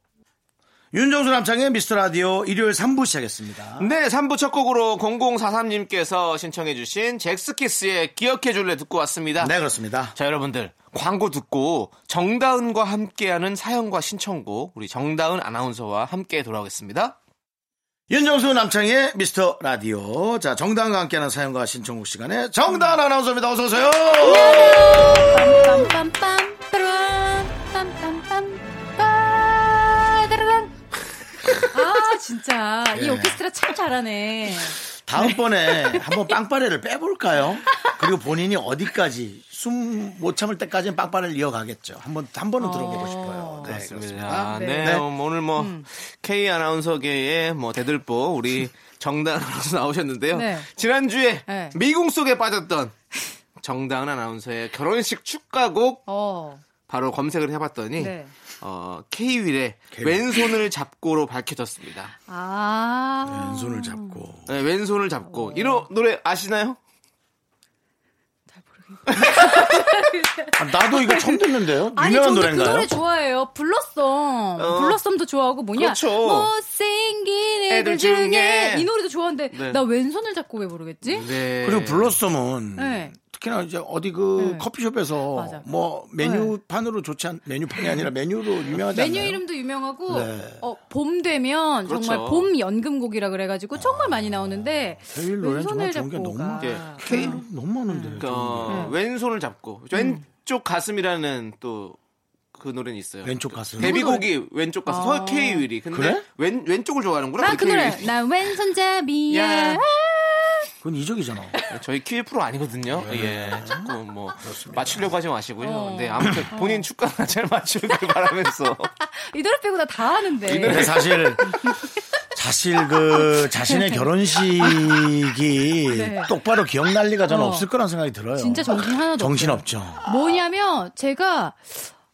[SPEAKER 1] 윤정수 남창의 미스터 라디오 일요일 3부 시작했습니다.
[SPEAKER 2] 네, 3부 첫 곡으로 0043님께서 신청해주신 잭스키스의 기억해줄래 듣고 왔습니다.
[SPEAKER 1] 네, 그렇습니다.
[SPEAKER 2] 자, 여러분들. 광고 듣고 정다은과 함께하는 사연과 신청곡 우리 정다은 아나운서와 함께 돌아오겠습니다.
[SPEAKER 1] 윤정수 남창의 미스터 라디오. 자, 정당과 함께하는 사연과 신청곡 시간에 정당 아나운서입니다. 어서오세요!
[SPEAKER 2] 네.
[SPEAKER 7] 아 진짜 이
[SPEAKER 1] 예.
[SPEAKER 7] 오케스트라 참 잘하네.
[SPEAKER 1] 다음번에 한번 빵빠레를 빼볼까요? 그리고 본인이 어디까지 숨 못 참을 때까지는 빵빠레를 이어가겠죠. 한번 한 번은 들어보고 싶어요. 네,
[SPEAKER 2] 아,
[SPEAKER 1] 그렇습니다.
[SPEAKER 2] 네.
[SPEAKER 1] 네.
[SPEAKER 2] 어, 오늘 뭐
[SPEAKER 7] 음.
[SPEAKER 2] K 아나운서계의 뭐 대들보 우리
[SPEAKER 7] (laughs)
[SPEAKER 2] 정다은 아나운서 나오셨는데요.
[SPEAKER 7] 네.
[SPEAKER 2] 지난주에
[SPEAKER 7] 네.
[SPEAKER 2] 미궁 속에 빠졌던 정다은 아나운서의 결혼식 축가곡
[SPEAKER 7] 어.
[SPEAKER 2] 바로 검색을 해봤더니
[SPEAKER 7] 네.
[SPEAKER 2] 어, K윌의
[SPEAKER 1] K윌.
[SPEAKER 2] 왼손을 잡고로 밝혀졌습니다.
[SPEAKER 7] 아.
[SPEAKER 1] 왼손을 잡고
[SPEAKER 2] 네, 왼손을 잡고 이런 노래 아시나요?
[SPEAKER 1] 아, 나도 이거 처음 듣는데요.
[SPEAKER 7] 아니
[SPEAKER 1] 유명한
[SPEAKER 7] 저도
[SPEAKER 1] 노래인가요? 어.
[SPEAKER 7] 그 노래 좋아해요. 블러썸. 블러썸도 좋아하고 뭐냐?
[SPEAKER 2] 그렇죠.
[SPEAKER 7] 못생긴 애들
[SPEAKER 2] 애들
[SPEAKER 7] 중에.
[SPEAKER 2] 중에.
[SPEAKER 7] 이 노래도 좋아하는데
[SPEAKER 2] 네.
[SPEAKER 7] 나 왼손을 잡고 왜 모르겠지?
[SPEAKER 1] 음.
[SPEAKER 7] 음.
[SPEAKER 2] 네.
[SPEAKER 1] 그리고 블러썸은
[SPEAKER 7] 네.
[SPEAKER 1] 특히나 이제 어디 그
[SPEAKER 7] 네.
[SPEAKER 1] 커피숍에서
[SPEAKER 7] 맞아.
[SPEAKER 1] 뭐 메뉴판으로 좋지 않 메뉴판이 아니라 메뉴로 유명하지
[SPEAKER 7] 메뉴
[SPEAKER 1] 않나요?
[SPEAKER 7] 이름도 유명하고
[SPEAKER 1] 네.
[SPEAKER 7] 어, 봄 되면
[SPEAKER 2] 그렇죠.
[SPEAKER 7] 정말 봄 연금곡이라 그래가지고 정말 많이 나오는데
[SPEAKER 1] 제일 노래는 정말
[SPEAKER 7] 왼손을
[SPEAKER 1] 좋은 게
[SPEAKER 7] 잡고
[SPEAKER 1] 너무
[SPEAKER 7] 가.
[SPEAKER 1] 많아요. K
[SPEAKER 7] 네.
[SPEAKER 1] 너무 많은데.
[SPEAKER 7] 그러니까
[SPEAKER 2] 어, 왼손을 잡고 왼쪽 가슴이라는 또 그 노래는 있어요.
[SPEAKER 1] 왼쪽 가슴.
[SPEAKER 2] 데뷔곡이 왼쪽 가슴 서케이윌이 근데
[SPEAKER 1] 그래?
[SPEAKER 2] 왼 왼쪽을 좋아하는구나.
[SPEAKER 7] 나
[SPEAKER 2] 우리
[SPEAKER 7] 그
[SPEAKER 2] K-Will이.
[SPEAKER 7] 노래 나 왼손잡이야
[SPEAKER 2] 야.
[SPEAKER 1] 그건 이적이잖아.
[SPEAKER 2] 네, 저희 퀴즈 프로 아니거든요. 예. 자꾸 뭐 맞추려고 하지 마시고요. 근데 아무튼 본인 축가나 잘 맞추길 바라면서
[SPEAKER 7] 이 노래 빼고 나 다 아는데
[SPEAKER 1] 네. 근데 사실 사실 그 자신의 결혼식이
[SPEAKER 7] 네.
[SPEAKER 1] 똑바로 기억날 리가 저는
[SPEAKER 7] 어.
[SPEAKER 1] 없을 거란 생각이 들어요.
[SPEAKER 7] 진짜 정신 하나도
[SPEAKER 1] 정신
[SPEAKER 7] 없어요.
[SPEAKER 1] 없죠.
[SPEAKER 7] 뭐냐면 제가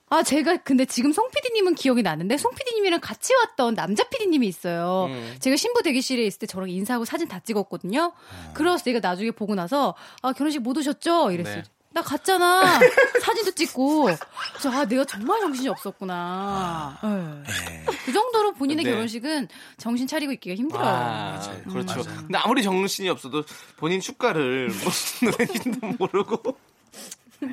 [SPEAKER 7] 아 제가 근데 지금 송 PD님은 기억이 나는데 송 PD님이랑 같이 왔던 남자 PD님이 있어요.
[SPEAKER 2] 음.
[SPEAKER 7] 제가 신부 대기실에 있을 때 저랑 인사하고 사진 다 찍었거든요. 그래서 제가 나중에 보고 나서 아 결혼식 못 오셨죠? 이랬어요.
[SPEAKER 2] 네.
[SPEAKER 7] 나 갔잖아.
[SPEAKER 2] (laughs)
[SPEAKER 7] 사진도 찍고. 그래서 아 내가 정말 정신이 없었구나. 예. 그 정도로
[SPEAKER 2] 아.
[SPEAKER 7] 본인의
[SPEAKER 2] 네.
[SPEAKER 7] 결혼식은 정신 차리고 있기가 힘들어요.
[SPEAKER 2] 아, 그렇죠. 근데 아무리 정신이 없어도 본인 축가를 무슨 노래인지도 모르고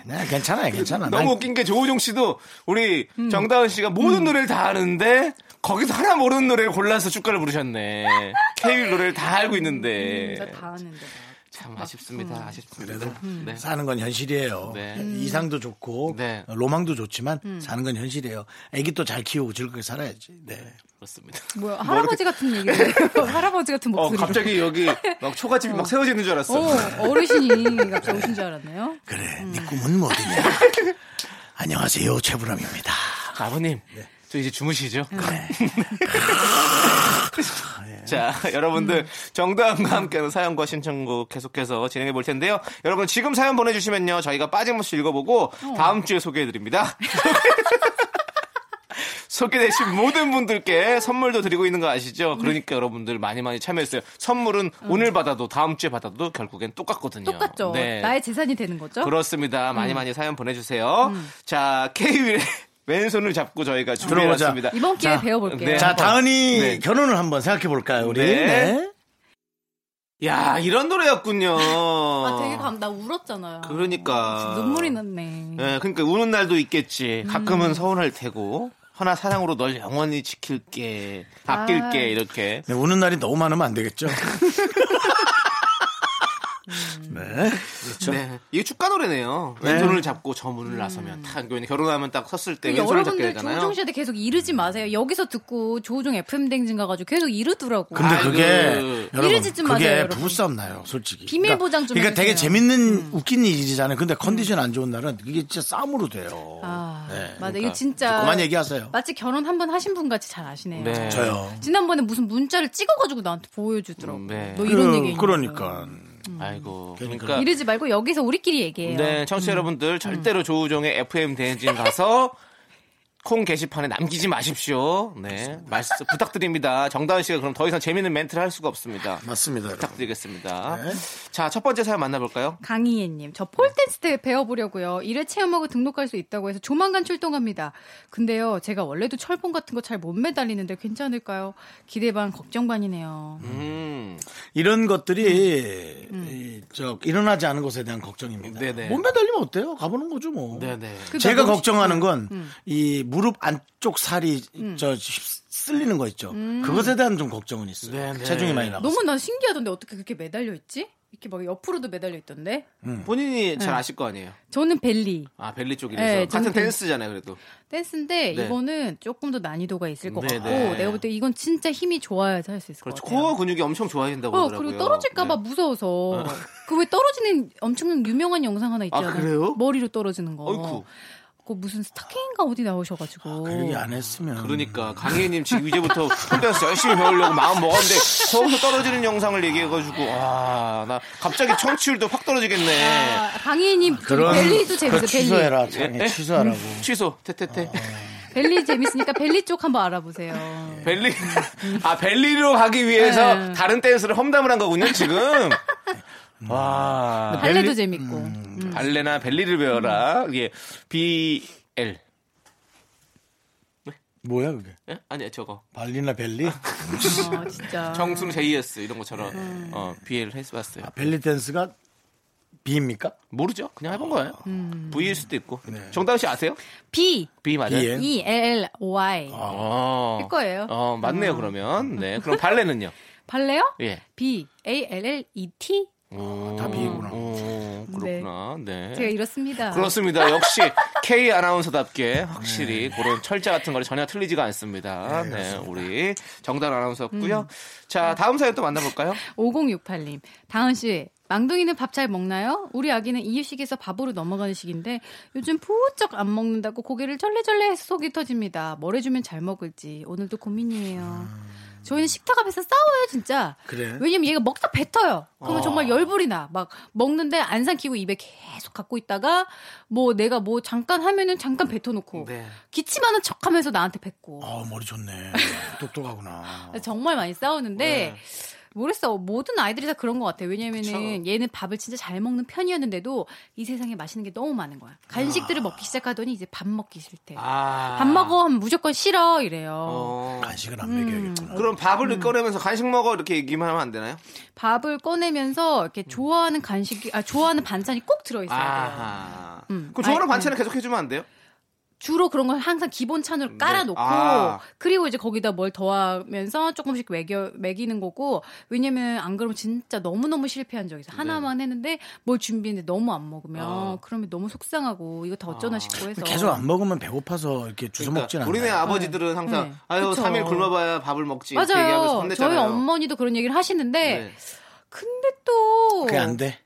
[SPEAKER 1] 네, 괜찮아요, 괜찮아.
[SPEAKER 2] 너무
[SPEAKER 1] 난-
[SPEAKER 2] 웃긴 게 조우종 씨도 우리 정다은 씨가 모든 노래를 다 아는데 거기서 하나 모르는 노래를 골라서 축가를 부르셨네. 케이윌 노래를 다 알고 있는데
[SPEAKER 7] 나다 아는데.
[SPEAKER 2] 참 아쉽습니다. 아쉽습니다. 네.
[SPEAKER 1] 사는 건 현실이에요. 음.
[SPEAKER 2] 네.
[SPEAKER 1] 이상도 좋고
[SPEAKER 2] 네.
[SPEAKER 1] 로망도 좋지만
[SPEAKER 7] 음.
[SPEAKER 1] 사는 건 현실이에요. 애기 또 잘 키우고 즐겁게 살아야지. 네.
[SPEAKER 2] 그렇습니다.
[SPEAKER 7] 뭐야 할아버지 같은 얘기를 할아버지 같은
[SPEAKER 2] 어,
[SPEAKER 7] 목소리.
[SPEAKER 2] 갑자기 (laughs) 여기 막 초가집이 막 세워지는 줄 알았어.
[SPEAKER 7] 어, 어르신이 갑자기 오신 줄 알았네요.
[SPEAKER 1] 그래, 네 꿈은 뭐냐? 안녕하세요, 최불암입니다.
[SPEAKER 2] 아버님, 저 이제 주무시죠? 자, 여러분들 정다은과 함께하는 사연과 신청곡 계속해서 진행해 볼 텐데요. 여러분 지금 사연 보내주시면요, 저희가 빠짐없이 읽어보고 다음 주에 소개해 드립니다. (laughs) 소개되신 모든 분들께 선물도 드리고 있는 거 아시죠? 그러니까 여러분들 많이 많이 참여했어요. 선물은 오늘 받아도 다음 주에 받아도 결국엔 똑같거든요.
[SPEAKER 7] 똑같죠.
[SPEAKER 2] 네.
[SPEAKER 7] 나의 재산이 되는 거죠.
[SPEAKER 2] 그렇습니다. 많이
[SPEAKER 7] 음.
[SPEAKER 2] 많이 사연 보내주세요. 자, 케이윌의 (laughs) 왼손을 잡고 저희가
[SPEAKER 1] 들어보자.
[SPEAKER 2] 준비해봤습니다.
[SPEAKER 7] 이번 기회에
[SPEAKER 1] 자,
[SPEAKER 7] 배워볼게요.
[SPEAKER 2] 네.
[SPEAKER 1] 자,
[SPEAKER 2] 한번.
[SPEAKER 1] 다은이
[SPEAKER 2] 네.
[SPEAKER 1] 결혼을 한번 생각해 볼까요, 우리?
[SPEAKER 2] 네.
[SPEAKER 1] 네.
[SPEAKER 2] 야, 이런 노래였군요.
[SPEAKER 7] (laughs) 아, 되게 감, 나 울었잖아요.
[SPEAKER 2] 그러니까.
[SPEAKER 7] 지금 눈물이 났네. 음.
[SPEAKER 2] 예, 그러니까 우는 날도 있겠지. 가끔은 서운할 테고. 허나 사랑으로 널 영원히 지킬게, 아낄게,
[SPEAKER 7] 아.
[SPEAKER 2] 이렇게.
[SPEAKER 1] 네, 우는 날이 너무 많으면 안
[SPEAKER 7] (laughs)
[SPEAKER 1] 되겠죠? 네.
[SPEAKER 2] 네. 이게 축가 노래네요. 왼손을 잡고 저 문을 나서면. 탁, 결혼하면 딱 섰을 때
[SPEAKER 7] 근데
[SPEAKER 2] 네, 왼손을 잡게
[SPEAKER 7] 음. 여러분들
[SPEAKER 2] 되잖아요.
[SPEAKER 7] 조우종 씨한테 계속 이르지 마세요. 여기서 듣고 조우종 FM 댕진 가가지고 계속 이르더라고.
[SPEAKER 1] 근데
[SPEAKER 2] 아이고.
[SPEAKER 1] 그게 여러분
[SPEAKER 7] 이러지 좀 마세요,
[SPEAKER 1] 그게
[SPEAKER 7] 여러분.
[SPEAKER 1] 부부싸움 나요, 솔직히.
[SPEAKER 7] 비밀 보장 좀
[SPEAKER 1] 그러니까
[SPEAKER 7] 해주세요. 음.
[SPEAKER 1] 되게 재밌는 웃긴 일이잖아요. 근데 컨디션 안 좋은 날은 이게 진짜 싸움으로 돼요.
[SPEAKER 7] 아,
[SPEAKER 1] 네.
[SPEAKER 7] 맞아.
[SPEAKER 2] 그러니까
[SPEAKER 7] 이거 진짜.
[SPEAKER 1] 그만 얘기하세요.
[SPEAKER 7] 마치 결혼 한 번 하신 분 같이 잘 아시네요.
[SPEAKER 2] 네.
[SPEAKER 1] 저요.
[SPEAKER 7] 지난번에 무슨 문자를 찍어가지고 나한테 보여주더라고.
[SPEAKER 2] 음, 네.
[SPEAKER 7] 너 이런 음.
[SPEAKER 1] 그-
[SPEAKER 7] 얘기. 했냐고.
[SPEAKER 1] 그러니까
[SPEAKER 2] 아이고.
[SPEAKER 1] 그러니까.
[SPEAKER 2] 그러니까
[SPEAKER 7] 이러지 말고
[SPEAKER 2] 음.
[SPEAKER 7] 여기서 우리끼리 얘기해요.
[SPEAKER 2] 네, 청취자 여러분들 절대로 조우종의 FM 대행진 가서 콩 게시판에 남기지 마십시오. 네. 말씀 부탁드립니다. 정다은 씨가 그럼 더 이상 재밌는 멘트를 할 수가 없습니다.
[SPEAKER 1] 맞습니다. 여러분.
[SPEAKER 2] 부탁드리겠습니다.
[SPEAKER 1] 네.
[SPEAKER 2] 자, 첫 번째 사연 만나볼까요?
[SPEAKER 7] 강희애님, 저 폴댄스 대회 배워보려고요. 일회 체험하고 등록할 수 있다고 해서 조만간 출동합니다. 근데요, 제가 원래도 철봉 같은 거 잘 못 매달리는데 괜찮을까요? 기대 반, 걱정 반이네요.
[SPEAKER 2] 음.
[SPEAKER 1] 이런 것들이
[SPEAKER 7] 음.
[SPEAKER 1] 이, 저 일어나지 않은 것에 대한 걱정입니다.
[SPEAKER 2] 네네.
[SPEAKER 1] 몸 매달리면 어때요? 가보는 거죠 뭐.
[SPEAKER 2] 네네.
[SPEAKER 7] 그-
[SPEAKER 1] 제가
[SPEAKER 7] 너무 음.
[SPEAKER 1] 걱정하는 건 이 무릎 안쪽 살이 저 휩- 쓸리는 거 있죠. 그것에 대한 좀 걱정은 있어요. 그
[SPEAKER 2] 네네.
[SPEAKER 1] 체중이 많이 나가.
[SPEAKER 7] 음. 너무 난 신기하던데 어떻게 그렇게 매달려 있지? 이렇게 막 옆으로도 매달려 있던데?
[SPEAKER 2] 음. 본인이 잘 아실 거 아니에요?
[SPEAKER 7] 저는 벨리
[SPEAKER 2] 아, 벨리 쪽이라서.
[SPEAKER 7] 네,
[SPEAKER 2] 같은
[SPEAKER 7] 저는
[SPEAKER 2] 댄스잖아요, 그래도.
[SPEAKER 7] 댄스인데
[SPEAKER 2] 네. 음,
[SPEAKER 7] 이거는 조금 더 난이도가 있을 것
[SPEAKER 2] 네네.
[SPEAKER 7] 같고 내가 볼 때 이건 진짜 힘이 좋아야지 할 수 있을
[SPEAKER 2] 그렇죠.
[SPEAKER 7] 것 같아요.
[SPEAKER 2] 코어 근육이 엄청 좋아진다고
[SPEAKER 7] 어,
[SPEAKER 2] 그러더라고요.
[SPEAKER 7] 그리고 떨어질까봐
[SPEAKER 2] 네.
[SPEAKER 7] 무서워서. 그 왜 떨어지는 엄청 유명한 영상 하나 있잖아요.
[SPEAKER 2] 그래요?
[SPEAKER 7] 머리로 떨어지는 거.
[SPEAKER 2] 어이쿠. 아,
[SPEAKER 7] 그 무슨 스타킹인가 어디 나오셔가지고. 아,
[SPEAKER 1] 그 얘기 안 했으면.
[SPEAKER 2] 그러니까 강희님 지금 이제부터 폴댄스 열심히 배우려고 마음 먹었는데 저기서 떨어지는 영상을 얘기해가지고 아나 갑자기 청취율도 확 떨어지겠네.
[SPEAKER 7] 아, 강희애님
[SPEAKER 1] 그런
[SPEAKER 7] 벨리도
[SPEAKER 1] 그거
[SPEAKER 7] 재밌어 요
[SPEAKER 1] 취소해라. 장애
[SPEAKER 2] 예?
[SPEAKER 1] 취소하라고.
[SPEAKER 7] 음.
[SPEAKER 2] 취소 테테테
[SPEAKER 7] 벨리 벨리 재밌으니까 벨리 쪽 한번 알아보세요.
[SPEAKER 2] 벨리 아 벨리로 가기 위해서
[SPEAKER 7] 네.
[SPEAKER 2] 다른 댄스를 험담을 한 거군요 지금. 와 벨리-
[SPEAKER 7] 발레도
[SPEAKER 2] 음.
[SPEAKER 7] 재밌고
[SPEAKER 2] 발레나 벨리를 배워라. 예 B L
[SPEAKER 1] 뭐야 그게?
[SPEAKER 2] 예? 아니 저거
[SPEAKER 1] 발리나 벨리? 아,
[SPEAKER 7] 어, 진짜
[SPEAKER 2] 정승 JS 이런 것처럼
[SPEAKER 7] 네.
[SPEAKER 2] 어 B L 해봤어요.
[SPEAKER 1] 벨리 댄스가 B입니까?
[SPEAKER 2] 모르죠 그냥 해본 거예요.
[SPEAKER 7] 음.
[SPEAKER 2] V일 수도 있고 정다은 씨 아세요?
[SPEAKER 7] B
[SPEAKER 2] B 맞아요.
[SPEAKER 1] B예요?
[SPEAKER 7] E L L Y
[SPEAKER 2] 네. 어.
[SPEAKER 7] 할 거예요.
[SPEAKER 2] 어, 맞네요, 그러면. 네. 그럼 발레는요?
[SPEAKER 7] 발레요?
[SPEAKER 2] 예.
[SPEAKER 7] B A L L E T
[SPEAKER 1] 다 B구나.
[SPEAKER 2] 오, 그렇구나. 네.
[SPEAKER 7] 제가 이렇습니다.
[SPEAKER 2] 그렇습니다. 역시 K 아나운서답게 확실히 그런 철자 같은 거를 전혀 틀리지가 않습니다. 네, 우리 정단 아나운서였고요. 자, 다음 사연 또 만나볼까요?
[SPEAKER 7] 5068님 다은 씨 망둥이는 밥 잘 먹나요? 우리 아기는 이유식에서 밥으로 넘어가는 식인데 요즘 부쩍 안 먹는다고 고개를 절레절레 해서 속이 터집니다. 뭘 해주면 잘 먹을지 오늘도 고민이에요. 저희는 식탁 앞에서 싸워요 진짜.
[SPEAKER 1] 아. 그래. 아.
[SPEAKER 7] 왜냐면 얘가 먹다 뱉어요. 그러면 정말 열불이 나. 막 먹는데 안 삼키고 입에 계속 갖고 있다가 뭐 내가 뭐 잠깐 하면은 잠깐 뱉어놓고
[SPEAKER 2] 네.
[SPEAKER 7] 기침하는 척하면서 나한테 뱉고.
[SPEAKER 1] 아 머리 좋네.
[SPEAKER 2] 어.
[SPEAKER 1] 똑똑하구나.
[SPEAKER 7] 네, 정말 많이
[SPEAKER 2] 네.
[SPEAKER 7] 싸우는데 모르겠어 모든 아이들이 다 그런 것 같아요 왜냐면은 얘는 밥을 진짜 잘 먹는 편이었는데도 이 세상에 맛있는 게 너무 많은 거야 간식들을 먹기 시작하더니 이제 밥 먹기 싫대
[SPEAKER 2] 아.
[SPEAKER 7] 밥 먹어 하면 무조건 싫어 이래요
[SPEAKER 2] 어.
[SPEAKER 1] 간식은 안
[SPEAKER 7] 음.
[SPEAKER 1] 먹여야겠구나.
[SPEAKER 2] 그럼 밥을 꺼내면서 간식 먹어 이렇게 얘기만 하면 안 되나요?
[SPEAKER 7] 밥을 꺼내면서 이렇게 좋아하는 간식이 아 좋아하는 반찬이 꼭 들어있어야 돼요
[SPEAKER 2] 음. 아하.
[SPEAKER 7] 음.
[SPEAKER 2] 그럼 좋아하는
[SPEAKER 7] 아이,
[SPEAKER 2] 반찬을 계속 해주면 안 돼요?
[SPEAKER 7] 주로 그런 걸 항상 기본 찬으로 깔아놓고
[SPEAKER 2] 네. 아.
[SPEAKER 7] 그리고 이제 거기다 뭘 더하면서 조금씩 매겨, 매기는 거고 왜냐면 안 그러면 진짜 너무너무 실패한 적이 있어 요 하나만 했는데 뭘 준비했는데 너무 안 먹으면
[SPEAKER 2] 네. 아.
[SPEAKER 7] 그러면 너무 속상하고 이거 다 어쩌나 싶고 해서
[SPEAKER 1] 계속 안 먹으면 배고파서 이렇게 주워 먹진 않아요.
[SPEAKER 2] 그러니까 우리네 아버지들은 항상
[SPEAKER 7] 네.
[SPEAKER 2] 아유
[SPEAKER 7] 그쵸.
[SPEAKER 2] 3일 굶어봐야 밥을 먹지 이렇게 얘기하면서
[SPEAKER 7] 맞아요 저희
[SPEAKER 2] 혼냈잖아요.
[SPEAKER 7] 어머니도 그런 얘기를 하시는데
[SPEAKER 2] 네.
[SPEAKER 7] 근데 또
[SPEAKER 1] 그게 안 돼.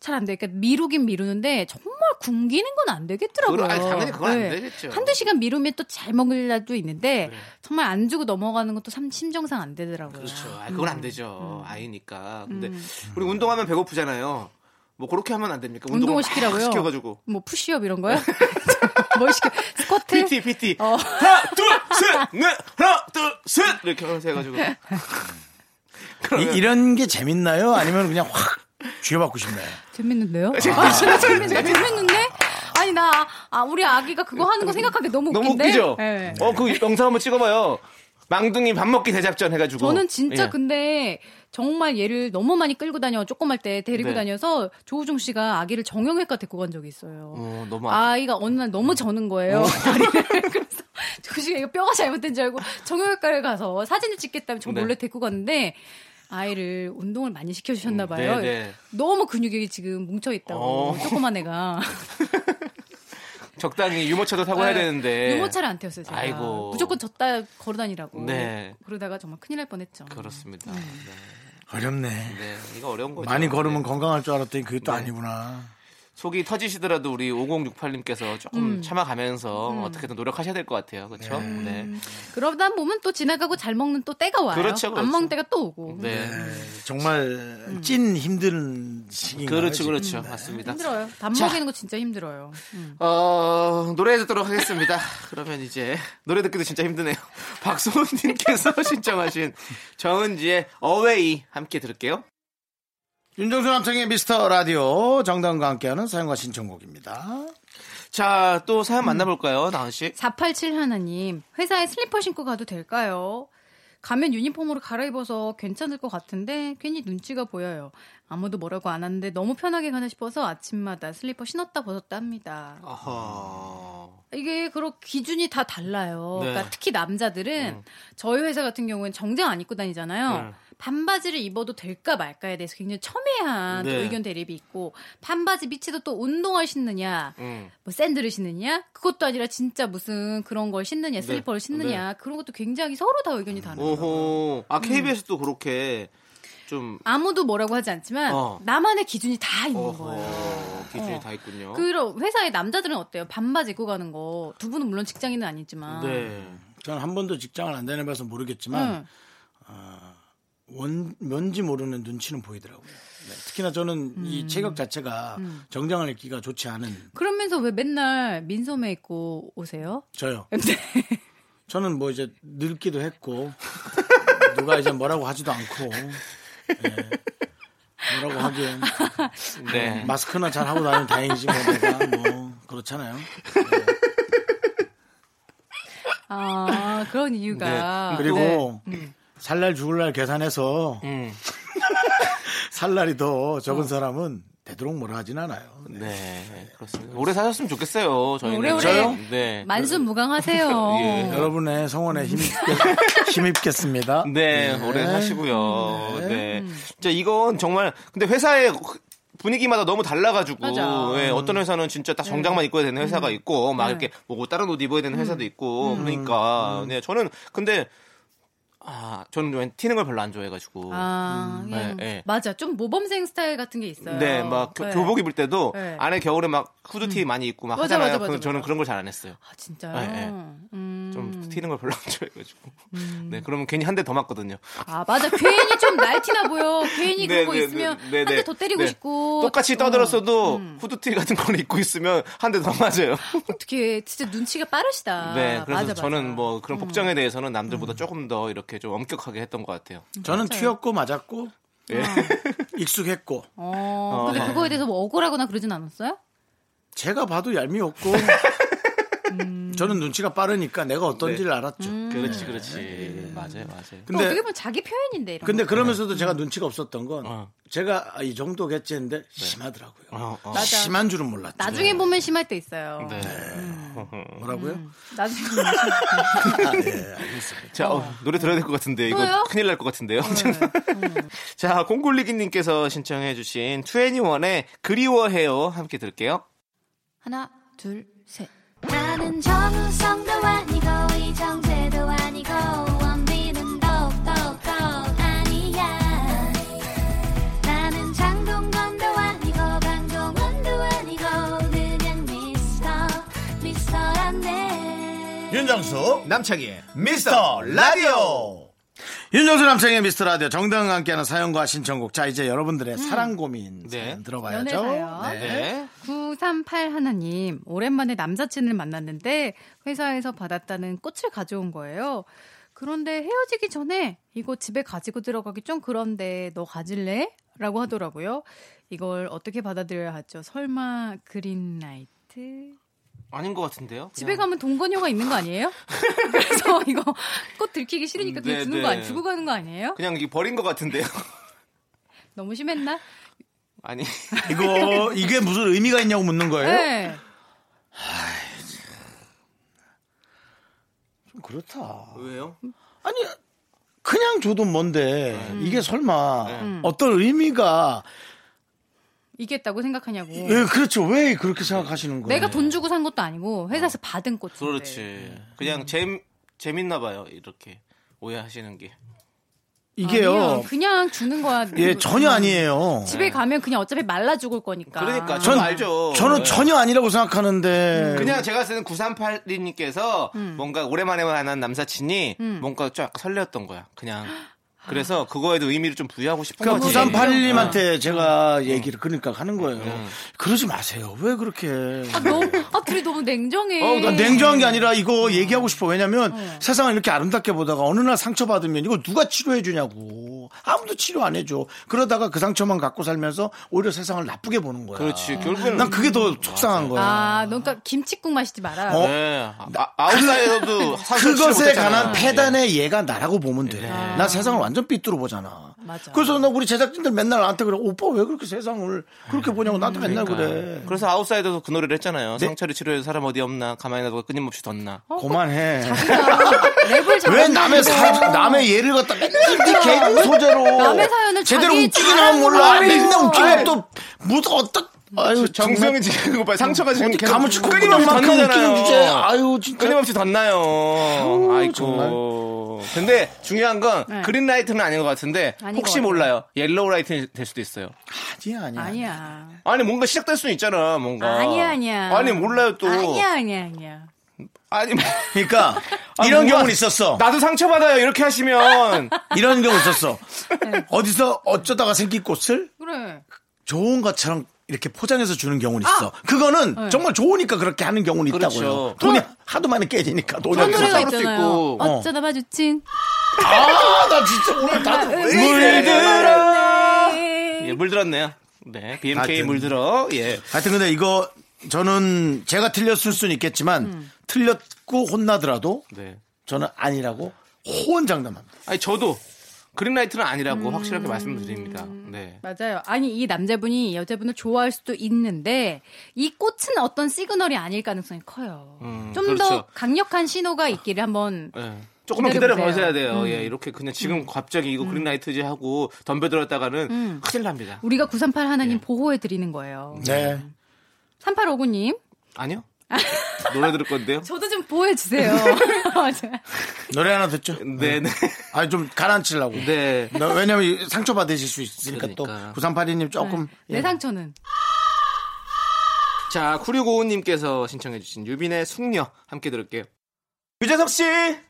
[SPEAKER 7] 잘 안 돼. 그러니까 미루긴 미루는데 정말 굶기는 건 안 되겠더라고요.
[SPEAKER 2] 그건- 아니, 당연히 그건 안 되겠죠.
[SPEAKER 7] 네. 한두 시간 미루면 또 잘 먹을 날도 있는데 정말 안 주고 넘어가는 것도 참 심정상 안 되더라고요.
[SPEAKER 2] 네.
[SPEAKER 7] 음.
[SPEAKER 2] 그렇죠. 아, 그건 안 되죠. 아이니까. 근데 우리 운동하면 배고프잖아요. 뭐 그렇게 하면 안 됩니까?
[SPEAKER 7] 운동을
[SPEAKER 2] 막
[SPEAKER 7] 시키라고요?
[SPEAKER 2] 시켜가지고.
[SPEAKER 7] 뭐 푸시업 이런 거요? (laughs) 뭘 시켜? 스쿼트?
[SPEAKER 2] 네. PT, PT.
[SPEAKER 7] 어.
[SPEAKER 2] 하나, 둘, 셋, 넷, 하나, 둘, 셋. 이렇게 하면서 해가지고.
[SPEAKER 1] 이, 이런 게 재밌나요? 아니면 그냥 확 쥐어받고 싶나요?
[SPEAKER 2] (laughs)
[SPEAKER 7] 재밌는데요? 아, 진짜 재밌는데? 재밌는데? 아니 나 아, 우리 아기가 그거 하는 거 생각하기 너무 웃긴데.
[SPEAKER 2] 네. 너무 웃기죠?
[SPEAKER 7] 예.
[SPEAKER 2] 어, 그 영상 한번 찍어봐요. 망둥이 밥 먹기 대작전 해가지고.
[SPEAKER 7] 저는 진짜 그
[SPEAKER 2] 예.
[SPEAKER 7] 근데 정말 얘를 너무 많이 끌고 다녀 조금 할 때 데리고
[SPEAKER 2] 네.
[SPEAKER 7] 다녀서 조우중 씨가 아기를 정형외과 데리고 간 적이 있어요.
[SPEAKER 2] 어, 너무 어. 아.
[SPEAKER 7] 아이가 어느 날 너무 저는 거예요. (laughs) 다리를. 그래서 조우중이 이거 뼈가 잘못된 줄 알고 정형외과를 가서 사진을 찍겠다면 저
[SPEAKER 2] 네.
[SPEAKER 7] 몰래 데리고 갔는데 아이를 운동을 많이 시켜주셨나
[SPEAKER 2] 음,
[SPEAKER 7] 봐요.
[SPEAKER 2] 네, 네.
[SPEAKER 7] 너무 근육이 지금 뭉쳐 있다고
[SPEAKER 2] 어. (laughs)
[SPEAKER 7] 조그만 애가
[SPEAKER 2] 적당히 유모차도 타고 해야
[SPEAKER 7] 네.
[SPEAKER 2] 되는데.
[SPEAKER 7] 유모차를 안 태웠어요. 제가
[SPEAKER 2] 아이고.
[SPEAKER 7] 무조건 졌다 걸어다니라고
[SPEAKER 2] 네.
[SPEAKER 7] 그러다가 정말 큰일 날 뻔했죠.
[SPEAKER 2] 그렇습니다. 네.
[SPEAKER 1] 어렵네.
[SPEAKER 2] 네, 이거 어려운 거죠.
[SPEAKER 1] 많이 걸으면
[SPEAKER 2] 네.
[SPEAKER 1] 건강할 줄 알았더니 그게 또 아니구나.
[SPEAKER 2] 속이 터지시더라도 우리 5068님께서 조금
[SPEAKER 7] 음.
[SPEAKER 2] 참아가면서 어떻게든 노력하셔야 될 것 같아요. 그렇죠? 네.
[SPEAKER 7] 그러다 보면 또 지나가고 잘 먹는 또 때가 와요.
[SPEAKER 2] 그렇죠, 그렇죠.
[SPEAKER 7] 안 먹는 때가 또 오고.
[SPEAKER 2] 네. 음.
[SPEAKER 1] 정말 찐 힘든 시기인가요?
[SPEAKER 2] 그렇죠,
[SPEAKER 1] 지금?
[SPEAKER 2] 그렇죠. 맞습니다.
[SPEAKER 7] 힘들어요. 밥
[SPEAKER 2] 자.
[SPEAKER 7] 먹이는 거 진짜 힘들어요. 음.
[SPEAKER 2] 어, 노래 듣도록 하겠습니다. (laughs) 그러면 이제 노래 듣기도 진짜 힘드네요. (laughs) 박소은님께서 (laughs) 신청하신 정은지의 어웨이 함께 들을게요.
[SPEAKER 1] 윤정수 남창의 미스터 라디오 정당과 함께하는 사연과 신청곡입니다.
[SPEAKER 2] 자, 또 사연 만나볼까요, 나은 씨?
[SPEAKER 7] 487 하나님, 회사에 슬리퍼 신고 가도 될까요? 가면 유니폼으로 갈아입어서 괜찮을 것 같은데 괜히 눈치가 보여요. 아무도 뭐라고 안 하는데 너무 편하게 가나 싶어서 아침마다 슬리퍼 신었다 벗었다 합니다.
[SPEAKER 2] 어허.
[SPEAKER 7] 이게 그런 기준이 다 달라요.
[SPEAKER 2] 네. 음.
[SPEAKER 7] 그러니까 특히 남자들은 저희 회사 같은 경우엔 정장 안 입고 다니잖아요.
[SPEAKER 2] 네.
[SPEAKER 7] 반바지를 입어도 될까 말까에 대해서 굉장히 첨예한 또
[SPEAKER 2] 네.
[SPEAKER 7] 의견 대립이 있고 반바지 밑에도 또 운동화 신느냐,
[SPEAKER 2] 음.
[SPEAKER 7] 뭐 샌들을 신느냐, 그것도 아니라 진짜 무슨 그런 걸 신느냐, 슬리퍼를 신느냐 그런 것도 굉장히 서로 다 의견이 다르고
[SPEAKER 2] 네. 오호.
[SPEAKER 1] 음.
[SPEAKER 2] 아, KBS도 그렇게 좀,
[SPEAKER 7] 아무도 뭐라고 하지 않지만
[SPEAKER 2] 어.
[SPEAKER 7] 나만의 기준이 다 있는 거예요.
[SPEAKER 2] 어허. 기준이
[SPEAKER 7] 어.
[SPEAKER 2] 다 있군요.
[SPEAKER 7] 그럼 회사의 남자들은 어때요? 반바지 입고 가는 거 두 분은 물론 직장인은 아니지만
[SPEAKER 2] 네.
[SPEAKER 1] 저는 한 번도 직장을 안 다녀봐서 모르겠지만
[SPEAKER 7] 응.
[SPEAKER 1] 원, 뭔지 모르는 눈치는 보이더라고요. 네, 특히나 저는
[SPEAKER 7] 음.
[SPEAKER 1] 이 체격 자체가 정장을 입기가 좋지 않은
[SPEAKER 7] 그러면서 왜 맨날 민소매 입고 오세요?
[SPEAKER 2] (laughs)
[SPEAKER 1] 저요.
[SPEAKER 7] 네.
[SPEAKER 1] 저는 뭐 이제 늙기도 했고 누가 이제 뭐라고 하지도 않고 예. 뭐라고 하기엔
[SPEAKER 2] 네.
[SPEAKER 1] 마스크나 잘 하고 다니면 다행이지 뭐 내가 뭐 그렇잖아요.
[SPEAKER 7] 아 그런
[SPEAKER 2] 네.
[SPEAKER 7] 이유가
[SPEAKER 1] 그리고 살날 죽을 날 계산해서
[SPEAKER 2] 음.
[SPEAKER 1] (laughs) 살날이 더
[SPEAKER 2] 어.
[SPEAKER 1] 적은 사람은 되도록 뭐라 하진 않아요. 네.
[SPEAKER 2] 네. 그렇습니다. 오래 사셨으면 좋겠어요, 저희는.
[SPEAKER 7] 오래오래.
[SPEAKER 2] 저요? 네.
[SPEAKER 7] 만수무강하세요.
[SPEAKER 2] (laughs) 예.
[SPEAKER 1] 여러분의 성원에
[SPEAKER 2] 음.
[SPEAKER 1] 힘입겠,
[SPEAKER 7] 아,
[SPEAKER 1] 힘입겠습니다.
[SPEAKER 2] 네, 오래 사시고요. 네. 진짜 이건 정말 근데 회사의 분위기마다 너무 달라가지고
[SPEAKER 7] 맞아. 음. 네.
[SPEAKER 2] 예, 어떤 회사는 진짜 딱 정장만 입고 해야 되는 회사가 있고 막 이렇게 뭐 다른 옷 입어야
[SPEAKER 7] 음.
[SPEAKER 2] 되는 회사도 있고 그러니까 네 저는 근데 아 저는 왠 튀는 걸 별로 안 좋아해가지고
[SPEAKER 7] 아 예.
[SPEAKER 2] 네, 네.
[SPEAKER 7] 맞아 좀 모범생 스타일 같은 게 있어요.
[SPEAKER 2] 네, 막 교,
[SPEAKER 7] 네.
[SPEAKER 2] 교복 입을 때도
[SPEAKER 7] 네. 음.
[SPEAKER 2] 안에 겨울에 막 후드티 많이 입고 막
[SPEAKER 7] 맞아,
[SPEAKER 2] 하잖아요.
[SPEAKER 7] 맞아, 맞아,
[SPEAKER 2] 근데 저는
[SPEAKER 7] 맞아.
[SPEAKER 2] 그런 걸 잘 안 했어요.
[SPEAKER 7] 아 진짜요.
[SPEAKER 2] 네, 네.
[SPEAKER 7] 음.
[SPEAKER 2] 좀 튀는 걸 별로 안 좋아해가지고 네 그러면 괜히 한 대 더 맞거든요.
[SPEAKER 7] 아 맞아 괜히 좀 날티나 보여. 괜히
[SPEAKER 2] 네,
[SPEAKER 7] 그런 거
[SPEAKER 2] 네,
[SPEAKER 7] 있으면
[SPEAKER 2] 네,
[SPEAKER 7] 한 대
[SPEAKER 2] 네.
[SPEAKER 7] 더 때리고
[SPEAKER 2] 네.
[SPEAKER 7] 싶고 음.
[SPEAKER 2] 똑같이 떠들었어도 후드티 같은 걸 입고 있으면 한 대 더 맞아요.
[SPEAKER 7] 어떻게 진짜 눈치가 빠르시다.
[SPEAKER 2] 네, 그래서
[SPEAKER 7] 맞아, 음. 맞아.
[SPEAKER 2] 저는 뭐 그런 복장에 대해서는 남들보다 조금 더 이렇게 좀 엄격하게 했던 것 같아요.
[SPEAKER 7] 음.
[SPEAKER 1] 저는 튀었고 맞았고
[SPEAKER 2] 예.
[SPEAKER 1] 익숙했고
[SPEAKER 7] 어, 근데
[SPEAKER 2] 어, 네.
[SPEAKER 7] 그거에 대해서 뭐 억울하거나 그러진 않았어요?
[SPEAKER 1] 제가 봐도 얄미웠고
[SPEAKER 7] 음.
[SPEAKER 1] 저는 눈치가 빠르니까 내가 어떤지를 알았죠.
[SPEAKER 2] 네.
[SPEAKER 7] 네.
[SPEAKER 1] 네.
[SPEAKER 2] 그렇지, 그렇지. 네, 맞아요, 맞아요.
[SPEAKER 7] 근데,
[SPEAKER 1] 근데
[SPEAKER 7] 음. 어떻게 보면 자기 표현인데 이런.
[SPEAKER 1] 근데 그러면서도 제가 눈치가 없었던 건
[SPEAKER 2] 네. 어.
[SPEAKER 1] 제가 아, 이 정도겠지 했는데 심하더라고요.
[SPEAKER 2] 어, 어.
[SPEAKER 7] 맞아.
[SPEAKER 1] 심한 줄은 몰랐죠.
[SPEAKER 7] 나중에 음. 보면 심할 때 있어요.
[SPEAKER 2] 네.
[SPEAKER 1] 뭐라고요? 아, 네,
[SPEAKER 7] 나중에 보면 심할 때. 네.
[SPEAKER 2] 자, 어, 노래 들어야 될 것 같은데 이거
[SPEAKER 7] 또요? 어, 네. 음.
[SPEAKER 2] 큰일 날 것 같은데요. (laughs) 자, 공굴리기님께서 신청해주신 21의 그리워해요 함께 들을게요.
[SPEAKER 7] 하나, 둘, 셋.
[SPEAKER 5] 나는 정우성도 아니고 이정재도 아니고 원빈은 더욱더 아니야 나는 장동건도 아니고 방종원도 아니고 그냥 미스터 미스터란데
[SPEAKER 1] 윤정수
[SPEAKER 2] 남창희의
[SPEAKER 1] 미스터 라디오 윤정수 남창의 미스터 라디오 정당과 함께하는 사연과 신청곡 자 이제 여러분들의 사랑 고민
[SPEAKER 2] 네.
[SPEAKER 1] 사연 들어봐야죠
[SPEAKER 7] 음. 연애 사연.
[SPEAKER 2] 네.
[SPEAKER 7] 938 하나님, 오랜만에 남사친을 만났는데 회사에서 받았다는 꽃을 가져온 거예요. 그런데 헤어지기 전에 이거 집에 가지고 들어가기 좀 그런데 너 가질래? 라고 하더라고요. 이걸 어떻게 받아들여야 하죠? 설마 그린라이트?
[SPEAKER 2] 아닌 것 같은데요.
[SPEAKER 7] 집에
[SPEAKER 2] 그냥.
[SPEAKER 7] 가면 동거녀가 있는 거 아니에요?
[SPEAKER 2] (laughs)
[SPEAKER 7] 그래서 이거 꽃 들키기 싫으니까 그냥
[SPEAKER 2] 네,
[SPEAKER 7] 주는 거
[SPEAKER 2] 네.
[SPEAKER 7] 아니, 주고 가는 거 아니에요?
[SPEAKER 2] 그냥 이게 버린 것 같은데요. (laughs)
[SPEAKER 7] 너무 심했나?
[SPEAKER 2] 어? 아니. (laughs)
[SPEAKER 1] 이거 이게 무슨 의미가 있냐고 묻는 거예요?
[SPEAKER 7] 네.
[SPEAKER 1] 좀 그렇다
[SPEAKER 2] 왜요?
[SPEAKER 1] 아니 그냥 줘도 뭔데
[SPEAKER 2] 음.
[SPEAKER 1] 이게 설마
[SPEAKER 2] 네.
[SPEAKER 7] 음.
[SPEAKER 1] 어떤 의미가
[SPEAKER 7] 이겠다고 생각하냐고.
[SPEAKER 2] 네.
[SPEAKER 1] 예, 그렇죠 왜 그렇게 생각하시는 거예요?
[SPEAKER 7] 내가 돈 주고 산 것도 아니고 회사에서 받은 꽃.
[SPEAKER 2] 그렇지. 그냥 재 재밌나 봐요. 이렇게 오해하시는 게.
[SPEAKER 1] 이게요.
[SPEAKER 7] 아니요, 그냥 음. 주는 거야.
[SPEAKER 1] 예, 전혀 아니에요.
[SPEAKER 7] 집에 가면 그냥 어차피 말라 죽을 거니까.
[SPEAKER 2] 네. 그러니까 저는 알죠.
[SPEAKER 1] 저는
[SPEAKER 2] 네. 음,
[SPEAKER 1] 전혀 아니라고 생각하는데.
[SPEAKER 2] 그냥 제가 쓰는 9382님께서 뭔가 오랜만에 만난 남사친이 뭔가 좀 약간 설레었던 거야. 그냥. 그래서 그거에도 의미를 좀 부여하고 싶은
[SPEAKER 1] 그러니까
[SPEAKER 2] 거지.
[SPEAKER 1] 부산 8일님한테
[SPEAKER 2] 음.
[SPEAKER 1] 제가 얘기를 그러니까 하는 거예요. 그러지 마세요. 왜 그렇게?
[SPEAKER 7] 아, 너무, 아, 둘이 너무 냉정해.
[SPEAKER 1] 어, 나 냉정한 게 아니라 이거 얘기하고 싶어. 왜냐면 세상을 이렇게 아름답게 보다가 어느 날 상처받으면 이걸 누가 치료해 주냐고. 아무도 치료 안 해줘. 그러다가 그 상처만 갖고 살면서 오히려 세상을 나쁘게 보는 거야.
[SPEAKER 2] 그렇지. 결국에는
[SPEAKER 1] 난 그게 더 속상한 거야.
[SPEAKER 7] 아, 너 그러니까 김치국 마시지 말아요.
[SPEAKER 1] 어?
[SPEAKER 2] 네. 아, 아웃사이더도 상처를 치지
[SPEAKER 1] 그것에
[SPEAKER 2] 못했잖아. 예.
[SPEAKER 1] 관한 패단의 얘가 나라고 보면 돼. 나 세상을 완전 삐뚤어 보잖아.
[SPEAKER 7] 맞아.
[SPEAKER 1] 그래서 나 우리 제작진들 맨날 나한테 그래. 오빠 왜 그렇게 세상을 그렇게 보냐고 나한테 맨날
[SPEAKER 2] 그러니까.
[SPEAKER 1] 그래.
[SPEAKER 2] 아, 그래서 아웃사이더도 그 노래를 했잖아요. 상처를 치료해서 사람 어디 없나 가만히 놔두고 끊임없이 덧나.
[SPEAKER 1] 그만해.
[SPEAKER 7] 랩을 잘.
[SPEAKER 1] 왜 남의 사, 남의 예를 갖다 맨날 네 개그 소재로
[SPEAKER 7] 아, 남의 사연을
[SPEAKER 1] 제대로
[SPEAKER 7] 자기
[SPEAKER 1] 웃기긴 하면 몰라.
[SPEAKER 7] 자랑으로
[SPEAKER 1] 맨날
[SPEAKER 7] 하네요.
[SPEAKER 1] 웃기면 또 무슨 어떤 아유 정말
[SPEAKER 2] 지금 이거 봐요. 상처가 지금
[SPEAKER 1] 가무치 콧구멍 만큼 웃기는 주제. 아유 진짜.
[SPEAKER 2] 끊임없이 덧나요. 아이고. 근데 중요한 건
[SPEAKER 7] 네.
[SPEAKER 2] 그린라이트는 아닌 것 같은데
[SPEAKER 7] 아닌
[SPEAKER 2] 혹시
[SPEAKER 7] 것 같아요.
[SPEAKER 2] 몰라요. 옐로우라이트 될 수도 있어요.
[SPEAKER 1] 아니야 아니야.
[SPEAKER 7] 아니야.
[SPEAKER 2] 아니 뭔가 시작될 수는 있잖아. 뭔가.
[SPEAKER 7] 아니야, 아니야.
[SPEAKER 2] 아니 몰라요 또.
[SPEAKER 7] 아니야, 아니야, 아니야.
[SPEAKER 2] 아니, 뭐-
[SPEAKER 7] (laughs)
[SPEAKER 1] 그러니까
[SPEAKER 2] 아,
[SPEAKER 1] 이런
[SPEAKER 2] 뭔가
[SPEAKER 1] 경우 있었어.
[SPEAKER 2] 나도 상처받아요. 이렇게
[SPEAKER 7] (laughs)
[SPEAKER 2] 하시면
[SPEAKER 1] 이런 경우 있었어.
[SPEAKER 7] 네.
[SPEAKER 1] 어디서 어쩌다가 생긴 꽃을
[SPEAKER 7] 그래.
[SPEAKER 1] 좋은 것처럼 이렇게 포장해서 주는 경우는 있어.
[SPEAKER 7] 아!
[SPEAKER 1] 그거는
[SPEAKER 7] 네.
[SPEAKER 1] 정말 좋으니까 그렇게 하는 경우는
[SPEAKER 2] 그렇죠.
[SPEAKER 1] 있다고요. 돈이 하도 많이 깨지니까 돈이
[SPEAKER 7] 그런
[SPEAKER 1] 없어서.
[SPEAKER 7] 노래가
[SPEAKER 2] 그럴 수
[SPEAKER 7] 있잖아요.
[SPEAKER 2] 있고.
[SPEAKER 1] 그러니까 어.
[SPEAKER 7] 어쩌다 마주친.
[SPEAKER 1] 아, 나 진짜 오늘 다들 왜 이래.
[SPEAKER 2] 예, 물들었네요. 네,
[SPEAKER 7] 아,
[SPEAKER 2] BMK
[SPEAKER 1] 하여튼.
[SPEAKER 2] 물들어. 예.
[SPEAKER 1] 하여튼 근데 이거 저는 제가 틀렸을 수는 있겠지만 틀렸고 혼나더라도
[SPEAKER 2] 네.
[SPEAKER 1] 저는 아니라고 호언장담합니다.
[SPEAKER 2] 아니 저도 그린라이트는 아니라고 확실하게 말씀드립니다.
[SPEAKER 7] 음.
[SPEAKER 2] 네.
[SPEAKER 7] 맞아요. 아니 이 남자분이 이 여자분을 좋아할 수도 있는데 이 꽃은 어떤 시그널이 아닐 가능성이 커요.
[SPEAKER 2] 음,
[SPEAKER 7] 좀 더
[SPEAKER 2] 그렇죠.
[SPEAKER 7] 강력한 신호가 있기를 한번
[SPEAKER 2] 예. 조금만 기다려
[SPEAKER 7] 기다려보세요.
[SPEAKER 2] 보셔야
[SPEAKER 7] 음.
[SPEAKER 2] 돼요. 예, 이렇게 그냥 지금 갑자기 이거 그린라이트지 하고 덤벼들었다가는
[SPEAKER 7] 음.
[SPEAKER 2] 큰일 납니다.
[SPEAKER 7] 우리가 938
[SPEAKER 2] 예.
[SPEAKER 7] 하나님 보호해 드리는 거예요.
[SPEAKER 1] 네.
[SPEAKER 7] 3859님,
[SPEAKER 2] 아니요? 노래 들을 건데요.
[SPEAKER 7] 저도 좀
[SPEAKER 2] (laughs)
[SPEAKER 7] 보호해 주세요. (laughs) 네, 맞아요.
[SPEAKER 1] 노래 하나 듣죠?
[SPEAKER 2] 네, 네.
[SPEAKER 1] 아니 좀 가라앉히려고.
[SPEAKER 2] 네.
[SPEAKER 1] 나- 왜냐면 이 상처 받으실 수 있으니까
[SPEAKER 2] 그러니까.
[SPEAKER 1] 또 9382님 조금
[SPEAKER 7] 내
[SPEAKER 1] 예.
[SPEAKER 7] 상처는
[SPEAKER 2] (laughs) 자, 쿠리고우님께서 신청해주신 유빈의 숙녀 함께 들을게요. 유재석 씨!
[SPEAKER 8] 네,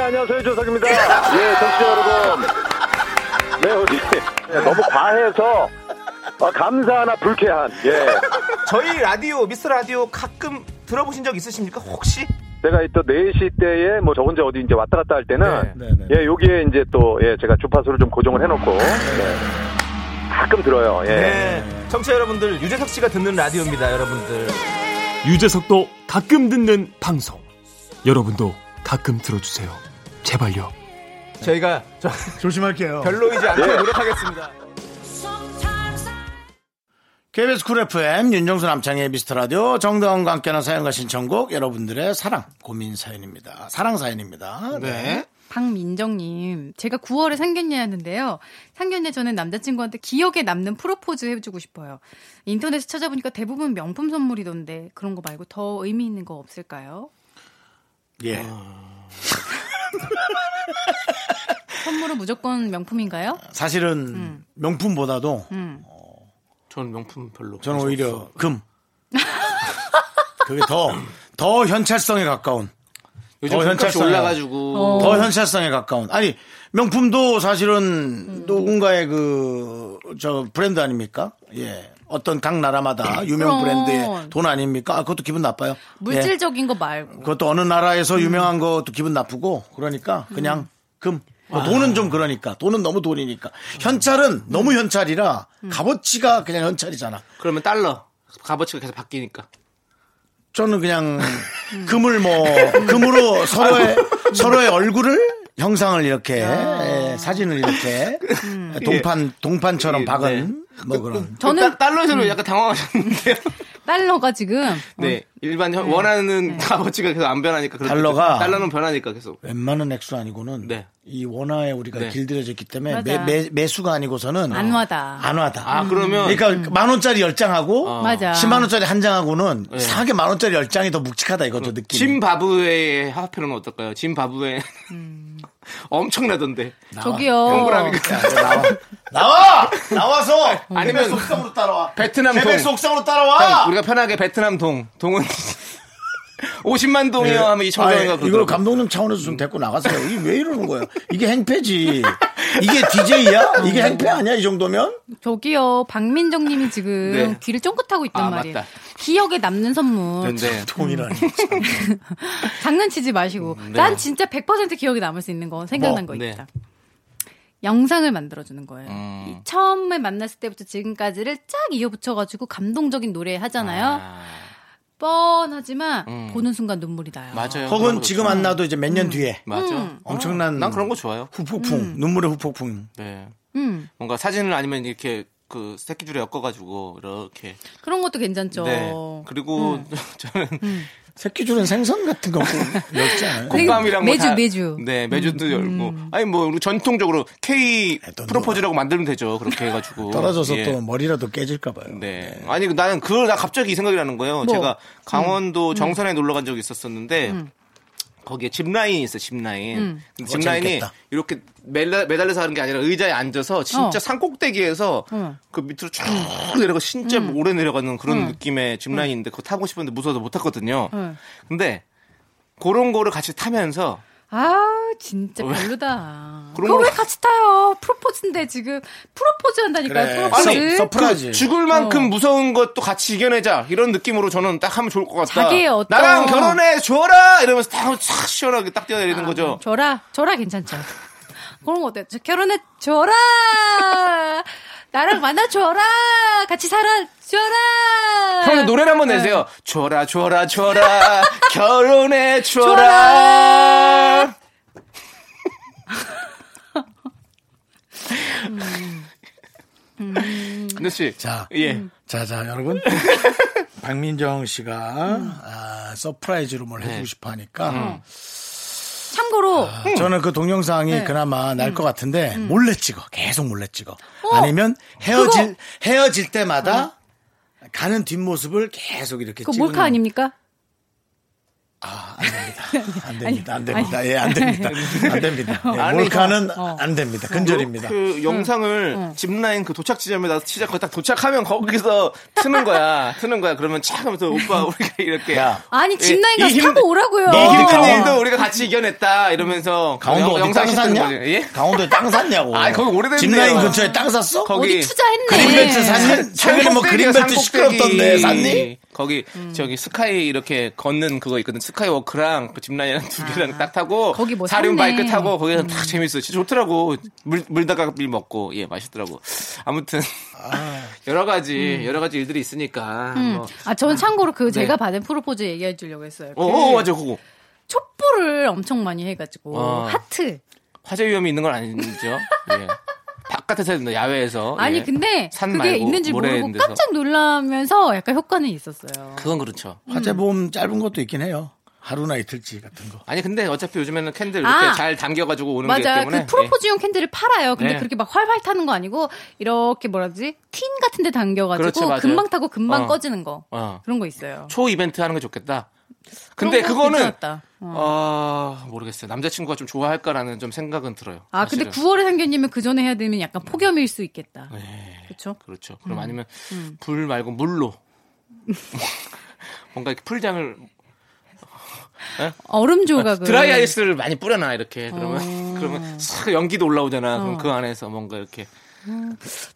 [SPEAKER 8] 안녕하세요. 조석입니다. 예, 정치 여러분. 네, 우리 너무 과해서 아, 감사하나 불쾌한. 예.
[SPEAKER 2] 저희 라디오, 미스 라디오 가끔 들어보신 적 있으십니까? 혹시?
[SPEAKER 8] 제가 또 4시 때에 뭐 저 혼자 어디 이제 왔다 갔다 할 때는
[SPEAKER 1] 네, 네, 네.
[SPEAKER 8] 예, 여기에 이제 또 예, 제가 주파수를 좀 고정을 해 놓고 가끔 들어요. 예.
[SPEAKER 2] 네. 청취자 여러분들, 유재석 씨가 듣는 라디오입니다, 여러분들.
[SPEAKER 9] 유재석도 가끔 듣는 방송. 여러분도 가끔 들어주세요. 제발요.
[SPEAKER 2] 저희가 저-
[SPEAKER 1] 조심할게요.
[SPEAKER 2] 별로이지 않게 노력하겠습니다.
[SPEAKER 1] KBS 쿨 FM 윤정수 남창의 미스터 라디오 정다운과 함께하는 사연과 신청곡 여러분들의 사랑 고민 사연입니다. 사랑 사연입니다. 네.
[SPEAKER 7] 박민정님, 제가 9월에 상견례였는데요. 상견례 전에 남자친구한테 기억에 남는 프로포즈 해주고 싶어요. 인터넷에 찾아보니까 대부분 명품 선물이던데 그런 거 말고 더 의미 있는 거 없을까요?
[SPEAKER 2] 어.
[SPEAKER 1] 예.
[SPEAKER 7] 선물은 무조건 명품인가요?
[SPEAKER 1] 사실은
[SPEAKER 7] 음.
[SPEAKER 1] 명품보다도
[SPEAKER 2] 저는 명품 별로.
[SPEAKER 1] 저는 오히려 금. 그게 더, 더 현찰성에 가까운.
[SPEAKER 2] 요즘
[SPEAKER 1] 더
[SPEAKER 2] 금값이
[SPEAKER 1] 어, 현찰성이야.
[SPEAKER 7] 어.
[SPEAKER 2] 올라가지고.
[SPEAKER 1] 더 현찰성에 가까운. 아니, 명품도
[SPEAKER 7] 음.
[SPEAKER 1] 사실은 누군가의 그, 저, 브랜드 아닙니까? 예. 어떤 각 나라마다 유명
[SPEAKER 7] 그럼.
[SPEAKER 1] 브랜드의 돈 아닙니까? 아, 그것도 기분 나빠요. 예.
[SPEAKER 7] 물질적인 음. 거 말고.
[SPEAKER 1] 그것도 어느 나라에서 유명한 것도 기분 나쁘고 그러니까
[SPEAKER 7] 음.
[SPEAKER 1] 그냥 금.
[SPEAKER 7] 아.
[SPEAKER 1] 뭐 돈은 좀 그러니까 돈은 너무 돈이니까 현찰은
[SPEAKER 7] 음.
[SPEAKER 1] 너무 현찰이라 값어치가 그냥 현찰이잖아.
[SPEAKER 2] 그러면 달러. 값어치가 계속 바뀌니까.
[SPEAKER 1] 저는 그냥 금을 뭐 금으로 서로의 서로의 얼굴을 형상을 이렇게
[SPEAKER 7] 아.
[SPEAKER 1] 예, 사진을 이렇게
[SPEAKER 7] 음.
[SPEAKER 1] 동판 동판처럼
[SPEAKER 2] 예,
[SPEAKER 1] 박은 뭐 그런
[SPEAKER 7] 저는 음.
[SPEAKER 2] 그 따- 달러에서는 약간
[SPEAKER 7] (laughs)
[SPEAKER 2] 당황하셨는데요.
[SPEAKER 7] 달러가 지금
[SPEAKER 2] 네.
[SPEAKER 7] 음.
[SPEAKER 2] 일반 현-
[SPEAKER 7] 네.
[SPEAKER 2] 원하는 값어치가 계속 안 변하니까. 그렇겠죠.
[SPEAKER 1] 달러가-
[SPEAKER 2] 달러는 변하니까 계속.
[SPEAKER 1] 웬만한 액수 아니고는
[SPEAKER 2] 네.
[SPEAKER 1] 이 원화에 우리가
[SPEAKER 2] 네.
[SPEAKER 1] 길들여져 있기 때문에 매,
[SPEAKER 7] 맞아.
[SPEAKER 1] 매, 매수가 아니고서는
[SPEAKER 7] 안 와다. 음.
[SPEAKER 1] 안 와다.
[SPEAKER 2] 아, 그러면. 어.
[SPEAKER 1] 그러니까 만 원짜리 열 장하고
[SPEAKER 7] 맞아.
[SPEAKER 1] 10만 원짜리 한 장하고는
[SPEAKER 2] 네.
[SPEAKER 1] 싸게
[SPEAKER 2] 어,
[SPEAKER 1] 만 원짜리 열 장이 더 묵직하다 이거죠 느낌. 음.
[SPEAKER 2] 짐바브웨의 화폐는 어떨까요? 짐바브웨 (laughs) 엄청나던데.
[SPEAKER 7] 저기요.
[SPEAKER 2] 아, 동그라미가.
[SPEAKER 1] 야, 너 나와. 나와! 나와서!
[SPEAKER 2] 아니면
[SPEAKER 1] 아니면 속상으로 따라와.
[SPEAKER 2] 베트남
[SPEAKER 1] 태백
[SPEAKER 2] 동.
[SPEAKER 1] 속상으로
[SPEAKER 2] 형,
[SPEAKER 1] 따라와!
[SPEAKER 2] 아! 우리가 편하게 베트남 동, 동은 (laughs) 50만 동이요 하면 이 청장이가
[SPEAKER 1] 네. 이걸 감독님 차원에서 좀 데리고 나가세요. 이게 왜 이러는 거예요? 이게
[SPEAKER 2] (laughs)
[SPEAKER 1] 행패지. 이게 DJ야?
[SPEAKER 2] 음.
[SPEAKER 1] 이게 행패 아니야? 이 정도면?
[SPEAKER 7] 저기요, 박민정 님이 지금
[SPEAKER 2] 네.
[SPEAKER 7] 귀를 쫑긋하고 있단
[SPEAKER 2] 아,
[SPEAKER 7] 말이에요.
[SPEAKER 2] 맞다.
[SPEAKER 7] 기억에 남는 선물.
[SPEAKER 2] 네.
[SPEAKER 1] (laughs) 통이라니.
[SPEAKER 7] 장난치지 마시고. 난 진짜 100% 기억에 남을 수 있는 거, 생각난
[SPEAKER 2] 음, 네. 뭐?
[SPEAKER 7] 거
[SPEAKER 2] 네.
[SPEAKER 7] 있다. 영상을 만들어주는 거예요.
[SPEAKER 2] 음.
[SPEAKER 7] 이 처음에 만났을 때부터 지금까지를 쫙 이어붙여가지고 감동적인 노래 하잖아요. 뻔하지만 보는 순간 눈물이 나요.
[SPEAKER 2] 음. 맞아요. 그런
[SPEAKER 1] 혹은
[SPEAKER 2] 거
[SPEAKER 1] 지금 음.
[SPEAKER 2] 좋죠.
[SPEAKER 1] 안 나도 이제 몇 년 뒤에
[SPEAKER 2] 맞아.
[SPEAKER 1] 엄청난
[SPEAKER 2] 난 그런 거 좋아요. 음.
[SPEAKER 1] 후폭풍, 눈물의 후폭풍.
[SPEAKER 2] 네.
[SPEAKER 7] 음,
[SPEAKER 2] 뭔가 사진을 아니면 이렇게 그 새끼줄에 엮어가지고 이렇게.
[SPEAKER 7] 그런 것도 괜찮죠.
[SPEAKER 2] 네. 그리고
[SPEAKER 1] 음.
[SPEAKER 2] (laughs) 저는
[SPEAKER 1] 새끼 줄은 생선 같은 거 넣지 않아요?
[SPEAKER 7] 네.
[SPEAKER 2] 곶감이랑 뭐
[SPEAKER 7] 매주,
[SPEAKER 2] 다-
[SPEAKER 7] 매주. 음,
[SPEAKER 2] 네 매주도 열고 아니 뭐 우리 전통적으로 K
[SPEAKER 1] 아, 또
[SPEAKER 2] 프로포즈라고 만들면 되죠 그렇게
[SPEAKER 1] (laughs)
[SPEAKER 2] 해가지고
[SPEAKER 1] 떨어져서
[SPEAKER 2] 예.
[SPEAKER 1] 또 머리라도 깨질까 봐요.
[SPEAKER 2] 네. 아니 나는 그걸 나 갑자기 이 생각이 나는 거예요.
[SPEAKER 7] 뭐? 음.
[SPEAKER 2] 제가 강원도 정선에 놀러 간 적이 있었었는데 거기에 집 라인이 있어 요집 라인.
[SPEAKER 7] 음.
[SPEAKER 2] 근데 집
[SPEAKER 1] 그거
[SPEAKER 2] 라인이
[SPEAKER 1] 어, 재밌겠다.
[SPEAKER 2] 이렇게 매달, 매달려서 하는 게 아니라 의자에 앉아서 진짜
[SPEAKER 7] 어.
[SPEAKER 2] 산꼭대기에서 그 밑으로 쭉 내려가 진짜
[SPEAKER 7] 음.
[SPEAKER 2] 오래 내려가는 그런 느낌의 집 라인인데 그거 타고 싶었는데 무서워서 못 탔거든요.
[SPEAKER 7] 음.
[SPEAKER 2] 근데 그런 거를 같이 타면서
[SPEAKER 7] 아 진짜
[SPEAKER 2] 왜?
[SPEAKER 7] 별로다.
[SPEAKER 2] 그런
[SPEAKER 7] 그거
[SPEAKER 2] 걸로-
[SPEAKER 7] 왜 같이 타요? 프로포즈인데 지금 프로포즈 한다니까요.
[SPEAKER 1] 그래.
[SPEAKER 7] 프로포즈.
[SPEAKER 2] 아니,
[SPEAKER 1] 서프라이즈.
[SPEAKER 2] 그 죽을 만큼 무서운 것도 같이 이겨내자 이런 느낌으로 저는 딱 하면 좋을 것 같다.
[SPEAKER 7] 자기의 어떤-
[SPEAKER 2] 나랑 결혼해 줘라 이러면서 딱싹 시원하게 딱 뛰어내리는 거죠.
[SPEAKER 7] 저라 저라 괜찮죠. (laughs) 그런 거 어때요? 저 결혼해 줘라. 나랑 만나 줘라. 같이 살아 줘라.
[SPEAKER 2] 그럼 노래를 한번 내세요. 줘라 줘라 줘라 결혼해 줘라.
[SPEAKER 7] 줘라.
[SPEAKER 2] 은혜 씨,
[SPEAKER 1] 자,
[SPEAKER 2] 예,
[SPEAKER 1] 자, 자,
[SPEAKER 2] (laughs)
[SPEAKER 1] 여러분. 박민정 씨가 아, 서프라이즈로 뭘 해주고
[SPEAKER 2] 네.
[SPEAKER 1] 싶어 하니까
[SPEAKER 7] 참고로
[SPEAKER 1] 저는 그 동영상이 그나마 날 것 같은데 몰래 찍어 계속 몰래 찍어 아니면 헤어질 헤어질 때마다 가는 뒷모습을 계속 이렇게
[SPEAKER 7] 그
[SPEAKER 1] 찍는
[SPEAKER 7] 몰카 아닙니까?
[SPEAKER 1] 안 됩니다 안 됩니다 예 안 됩니다 안 됩니다 예,
[SPEAKER 2] 아니,
[SPEAKER 1] 몰카는 안 됩니다 근절입니다
[SPEAKER 2] 그 영상을 짚라인 그 도착 지점에다 시작 거딱 도착하면 거기서 트는
[SPEAKER 7] (laughs)
[SPEAKER 2] 거야, 트는 거야. 그러면 착 하면서 오빠 우리가 이렇게
[SPEAKER 1] 야.
[SPEAKER 7] 아니 집
[SPEAKER 2] 예,
[SPEAKER 7] 나이
[SPEAKER 2] 이
[SPEAKER 7] 가서
[SPEAKER 2] 힘-
[SPEAKER 7] 타고 오라고요. 아,
[SPEAKER 2] 이 힘든
[SPEAKER 1] 강원-
[SPEAKER 2] 일도 우리가 같이 이겨냈다 이러면서
[SPEAKER 1] 강원도 어디 땅
[SPEAKER 2] 시트는
[SPEAKER 1] 샀냐?
[SPEAKER 2] 거죠. 예?
[SPEAKER 1] 강원도에 땅 샀냐고.
[SPEAKER 2] (laughs) 아이, 거기 오래됐네요.
[SPEAKER 1] 집라인 근처에 땅 샀어?
[SPEAKER 2] 거기-
[SPEAKER 7] 어디 투자했네.
[SPEAKER 1] 그린벨트 샀니? 최근에 뭐
[SPEAKER 2] 산꼭대기야,
[SPEAKER 1] 그린벨트
[SPEAKER 2] 산꼭대기.
[SPEAKER 1] 시끄럽던데 샀니?
[SPEAKER 2] 거기
[SPEAKER 7] 음.
[SPEAKER 2] 저기 스카이 이렇게 걷는 그거 있거든 스카이워크랑 그 짚라인이랑 두 개랑 딱 타고
[SPEAKER 7] 아. 거기 뭐
[SPEAKER 2] 사륜
[SPEAKER 7] 샀네. 음.
[SPEAKER 2] 바이크 타고 거기서 딱 재밌어 진짜 좋더라고 물, 물닭갈비 먹고 예 맛있더라고 아무튼 (laughs) 여러 가지
[SPEAKER 7] 음.
[SPEAKER 2] 여러 가지 일들이 있으니까 뭐.
[SPEAKER 7] 아 저는 참고로 그 제가
[SPEAKER 2] 네.
[SPEAKER 7] 받은 프로포즈 얘기해 주려고 했어요.
[SPEAKER 2] 어,
[SPEAKER 7] 그
[SPEAKER 2] 어 맞아 그거
[SPEAKER 7] 촛불을 엄청 많이 해가지고
[SPEAKER 2] 아.
[SPEAKER 7] 하트.
[SPEAKER 2] 화재 위험이 있는 건 아니죠 예. 바깥에서 해야 된다 야외에서
[SPEAKER 7] 아니
[SPEAKER 2] 예.
[SPEAKER 7] 근데
[SPEAKER 2] 산
[SPEAKER 7] 그게
[SPEAKER 2] 말고
[SPEAKER 7] 있는지
[SPEAKER 2] 모래
[SPEAKER 7] 모르고
[SPEAKER 2] 있는 데서.
[SPEAKER 7] 깜짝 놀라면서 약간 효과는 있었어요.
[SPEAKER 2] 그건 그렇죠
[SPEAKER 1] 화재보험 짧은 것도 있긴 해요. 하루나 이틀치 같은 거.
[SPEAKER 2] 아니 근데 어차피 요즘에는 캔들 이렇게
[SPEAKER 7] 아.
[SPEAKER 2] 잘 담겨가지고 오는 게
[SPEAKER 7] 맞아.
[SPEAKER 2] 때문에 예.
[SPEAKER 7] 그 프로포즈용 캔들을 팔아요. 근데
[SPEAKER 2] 네.
[SPEAKER 7] 그렇게 막 활활 타는 거 아니고 이렇게 뭐라지 틴 같은 데
[SPEAKER 2] 그렇지,
[SPEAKER 7] 담겨가지고
[SPEAKER 2] 맞아요.
[SPEAKER 7] 금방 타고 금방
[SPEAKER 2] 어.
[SPEAKER 7] 꺼지는 거
[SPEAKER 2] 예. 어.
[SPEAKER 7] 그런 거 있어요.
[SPEAKER 2] 초 이벤트 하는 게 좋겠다. 근데
[SPEAKER 7] 그런 거
[SPEAKER 2] 그거는
[SPEAKER 7] 괜찮았다. 어.
[SPEAKER 2] 아 모르겠어요. 남자친구가 좀 좋아할까라는 좀 생각은 들어요.
[SPEAKER 7] 아 근데
[SPEAKER 2] 사실은. 음.
[SPEAKER 7] 9월에 생겼님은 그 전에 해야 되면 약간 폭염일 수 있겠다. 그렇죠.
[SPEAKER 2] 그렇죠. 그럼 아니면
[SPEAKER 7] 음.
[SPEAKER 2] 불 말고 물로 (laughs) 뭔가 이렇게 풀장을
[SPEAKER 7] 네. 얼음 조각을
[SPEAKER 2] 드라이 아이스를 많이 뿌려놔 이렇게 그러면
[SPEAKER 7] 어.
[SPEAKER 2] (laughs) 그러면 싹 연기도 올라오잖아. 그럼 그 안에서 뭔가 이렇게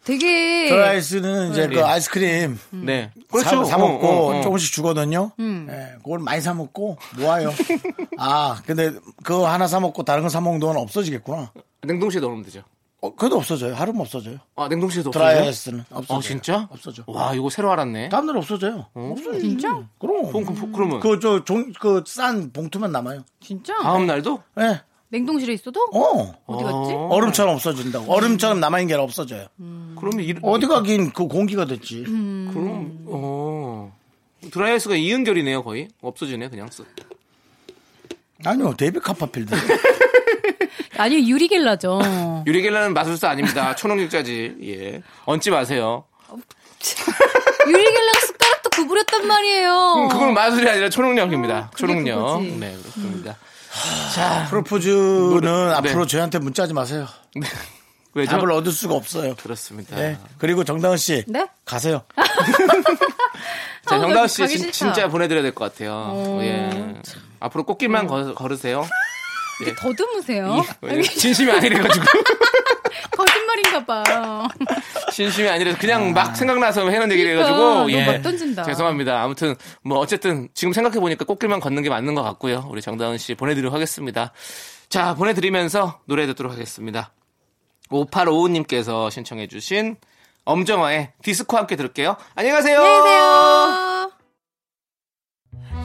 [SPEAKER 7] 되게
[SPEAKER 1] 드라이스는 이제 그
[SPEAKER 2] 예.
[SPEAKER 1] 아이스크림
[SPEAKER 7] 음.
[SPEAKER 2] 네
[SPEAKER 1] 사, 사 먹고
[SPEAKER 2] 어, 어, 어.
[SPEAKER 1] 조금씩 주거든요. 예, 그걸 많이 사 먹고 모아요. (laughs) 아, 근데 그거 하나 사 먹고 다른 거 사 먹는 동안 없어지겠구나.
[SPEAKER 2] 냉동실에 넣으면 되죠.
[SPEAKER 1] 어, 그래도 없어져요. 하루면 없어져요.
[SPEAKER 2] 아 냉동실에도
[SPEAKER 1] 드라이
[SPEAKER 2] 없어져요?
[SPEAKER 1] 아이스는 없어져요.
[SPEAKER 2] 아 진짜?
[SPEAKER 1] 없어져.
[SPEAKER 2] 와 이거 새로 알았네.
[SPEAKER 1] 다음날 없어져요. 없어져. 진짜?
[SPEAKER 2] 그럼
[SPEAKER 1] 그럼.
[SPEAKER 7] 음.
[SPEAKER 2] 그- 그러면
[SPEAKER 1] 그저그싼 봉투만 남아요.
[SPEAKER 7] 진짜
[SPEAKER 2] 다음 날도
[SPEAKER 1] 예.
[SPEAKER 7] 냉동실에 있어도
[SPEAKER 1] 어.
[SPEAKER 7] 어디 갔지?
[SPEAKER 2] 어.
[SPEAKER 1] 얼음처럼 없어진다고. 얼음처럼 남아있는 게 없어져요.
[SPEAKER 2] 그러면 이,
[SPEAKER 1] 어디 가긴 그 공기가 됐지.
[SPEAKER 2] 그럼 어 드라이어스가 이은결이네요 거의 없어지네 그냥 쓱.
[SPEAKER 1] 아니요, 데이비 카파필드.
[SPEAKER 7] 아니 유리겔라죠.
[SPEAKER 2] 유리겔라는 마술사
[SPEAKER 7] (laughs)
[SPEAKER 2] 아닙니다 초능력자지 예 얹지 마세요
[SPEAKER 7] 유리겔라가 숟가락도 구부렸단 말이에요.
[SPEAKER 2] 음, 그건 마술이 아니라 초능력입니다
[SPEAKER 7] 어. 그게
[SPEAKER 2] 초능력
[SPEAKER 7] 그거지. 음.
[SPEAKER 2] 네 그렇습니다 자,
[SPEAKER 1] 프로포즈는
[SPEAKER 2] 노래-
[SPEAKER 1] 앞으로
[SPEAKER 2] 네.
[SPEAKER 1] 저희한테 문자하지 마세요.
[SPEAKER 2] 왜죠?
[SPEAKER 1] 답을 얻을 수가 없어요.
[SPEAKER 2] 그렇습니다.
[SPEAKER 1] 네. 그리고 정다은 씨
[SPEAKER 7] 네?
[SPEAKER 1] 가세요.
[SPEAKER 2] 자,
[SPEAKER 7] 어,
[SPEAKER 2] 정다은
[SPEAKER 7] 여기
[SPEAKER 2] 씨
[SPEAKER 7] 가기
[SPEAKER 2] 진,
[SPEAKER 7] 싫다. 어,
[SPEAKER 2] 진짜 보내드려야 될 것 같아요. 예. 앞으로 꽃길만 걸- 걸으세요.
[SPEAKER 7] 더듬으세요.
[SPEAKER 2] 왜냐면 그 진심이 아니래가지고.
[SPEAKER 7] 거짓말인가 봐.
[SPEAKER 2] 진심이 아니라서 그냥 막 생각나서 해는 얘기를
[SPEAKER 7] 그러니까,
[SPEAKER 2] 해가지고. 예.
[SPEAKER 7] 너무 막 던진다.
[SPEAKER 2] 죄송합니다. 아무튼, 뭐, 어쨌든 지금 생각해보니까 꽃길만 걷는 게 맞는 것 같고요. 우리 정다은 씨 보내드리도록 하겠습니다. 자, 보내드리면서 노래 듣도록 하겠습니다. 5855님께서 신청해주신 엄정화의 디스코 함께 들을게요. 안녕하세요.
[SPEAKER 7] 안녕하세요.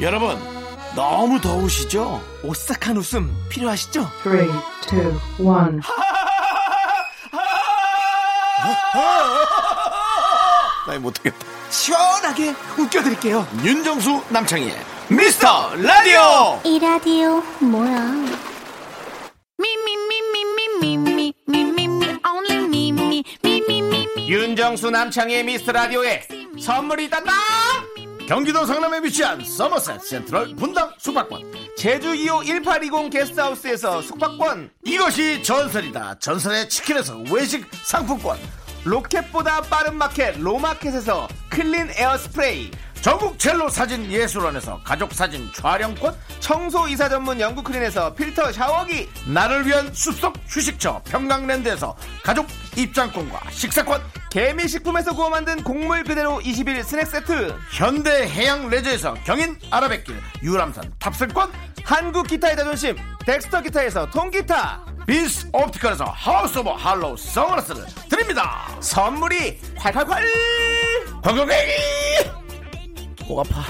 [SPEAKER 1] 여러분 너무 더우시죠?
[SPEAKER 2] 오싹한 웃음 필요하시죠?
[SPEAKER 1] (laughs) 나이 못하겠다.
[SPEAKER 2] 시원하게 웃겨드릴게요.
[SPEAKER 1] 윤정수 남창희의 미스터 라디오.
[SPEAKER 5] 이 라디오 뭐야?
[SPEAKER 2] 윤정수 남창희의 미스터 라디오에 선물이 있단다.
[SPEAKER 1] 경기도 성남에 위치한 서머셋 센트럴 분당 숙박권.
[SPEAKER 2] 제주 2호 1820 게스트하우스에서 숙박권.
[SPEAKER 1] 이것이 전설이다. 전설의 치킨에서 외식 상품권.
[SPEAKER 2] 로켓보다 빠른 마켓 로마켓에서 클린 에어 스프레이.
[SPEAKER 1] 전국 첼로 사진 예술원에서 가족 사진 촬영권.
[SPEAKER 2] 청소 이사 전문 영국 클린에서 필터 샤워기.
[SPEAKER 1] 나를 위한 숲속 휴식처 평강랜드에서 가족 입장권과 식사권.
[SPEAKER 2] 개미식품에서 구워 만든 곡물 그대로 21 스낵 세트.
[SPEAKER 1] 현대 해양 레저에서 경인 아라뱃길 유람선 탑승권.
[SPEAKER 2] 한국 기타의 자존심. 덱스터 기타에서 통기타.
[SPEAKER 1] 빈스 옵티컬에서 하우스 오브 할로우 선글라스를 드립니다.
[SPEAKER 2] 선물이 콸콸콸!
[SPEAKER 1] 광고객이 목 아파.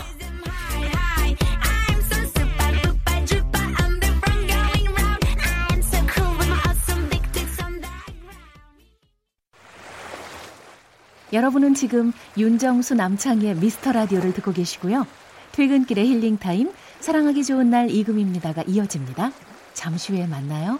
[SPEAKER 10] 여러분은 지금 윤정수 남창희의 미스터 라디오를 듣고 계시고요. 퇴근길의 힐링 타임, 사랑하기 좋은 날 이금입니다가 이어집니다. 잠시 후에 만나요.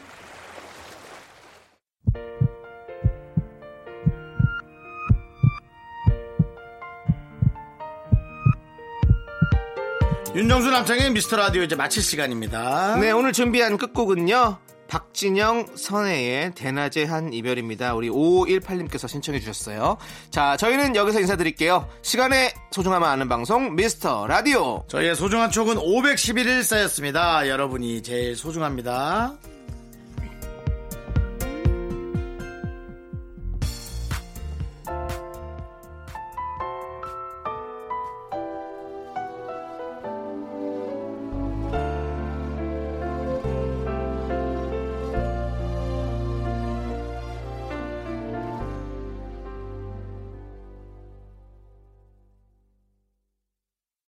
[SPEAKER 1] 윤정수 남창의 미스터 라디오 이제 마칠 시간입니다.
[SPEAKER 2] 네, 오늘 준비한 끝곡은요. 박진영 선혜의 대낮의 한 이별입니다. 우리 5518님께서 신청해 주셨어요. 자, 저희는 여기서 인사드릴게요. 시간의 소중함을 아는 방송 미스터 라디오.
[SPEAKER 1] 저희의 소중한 추억은 511일 쌓였습니다. 여러분이 제일 소중합니다.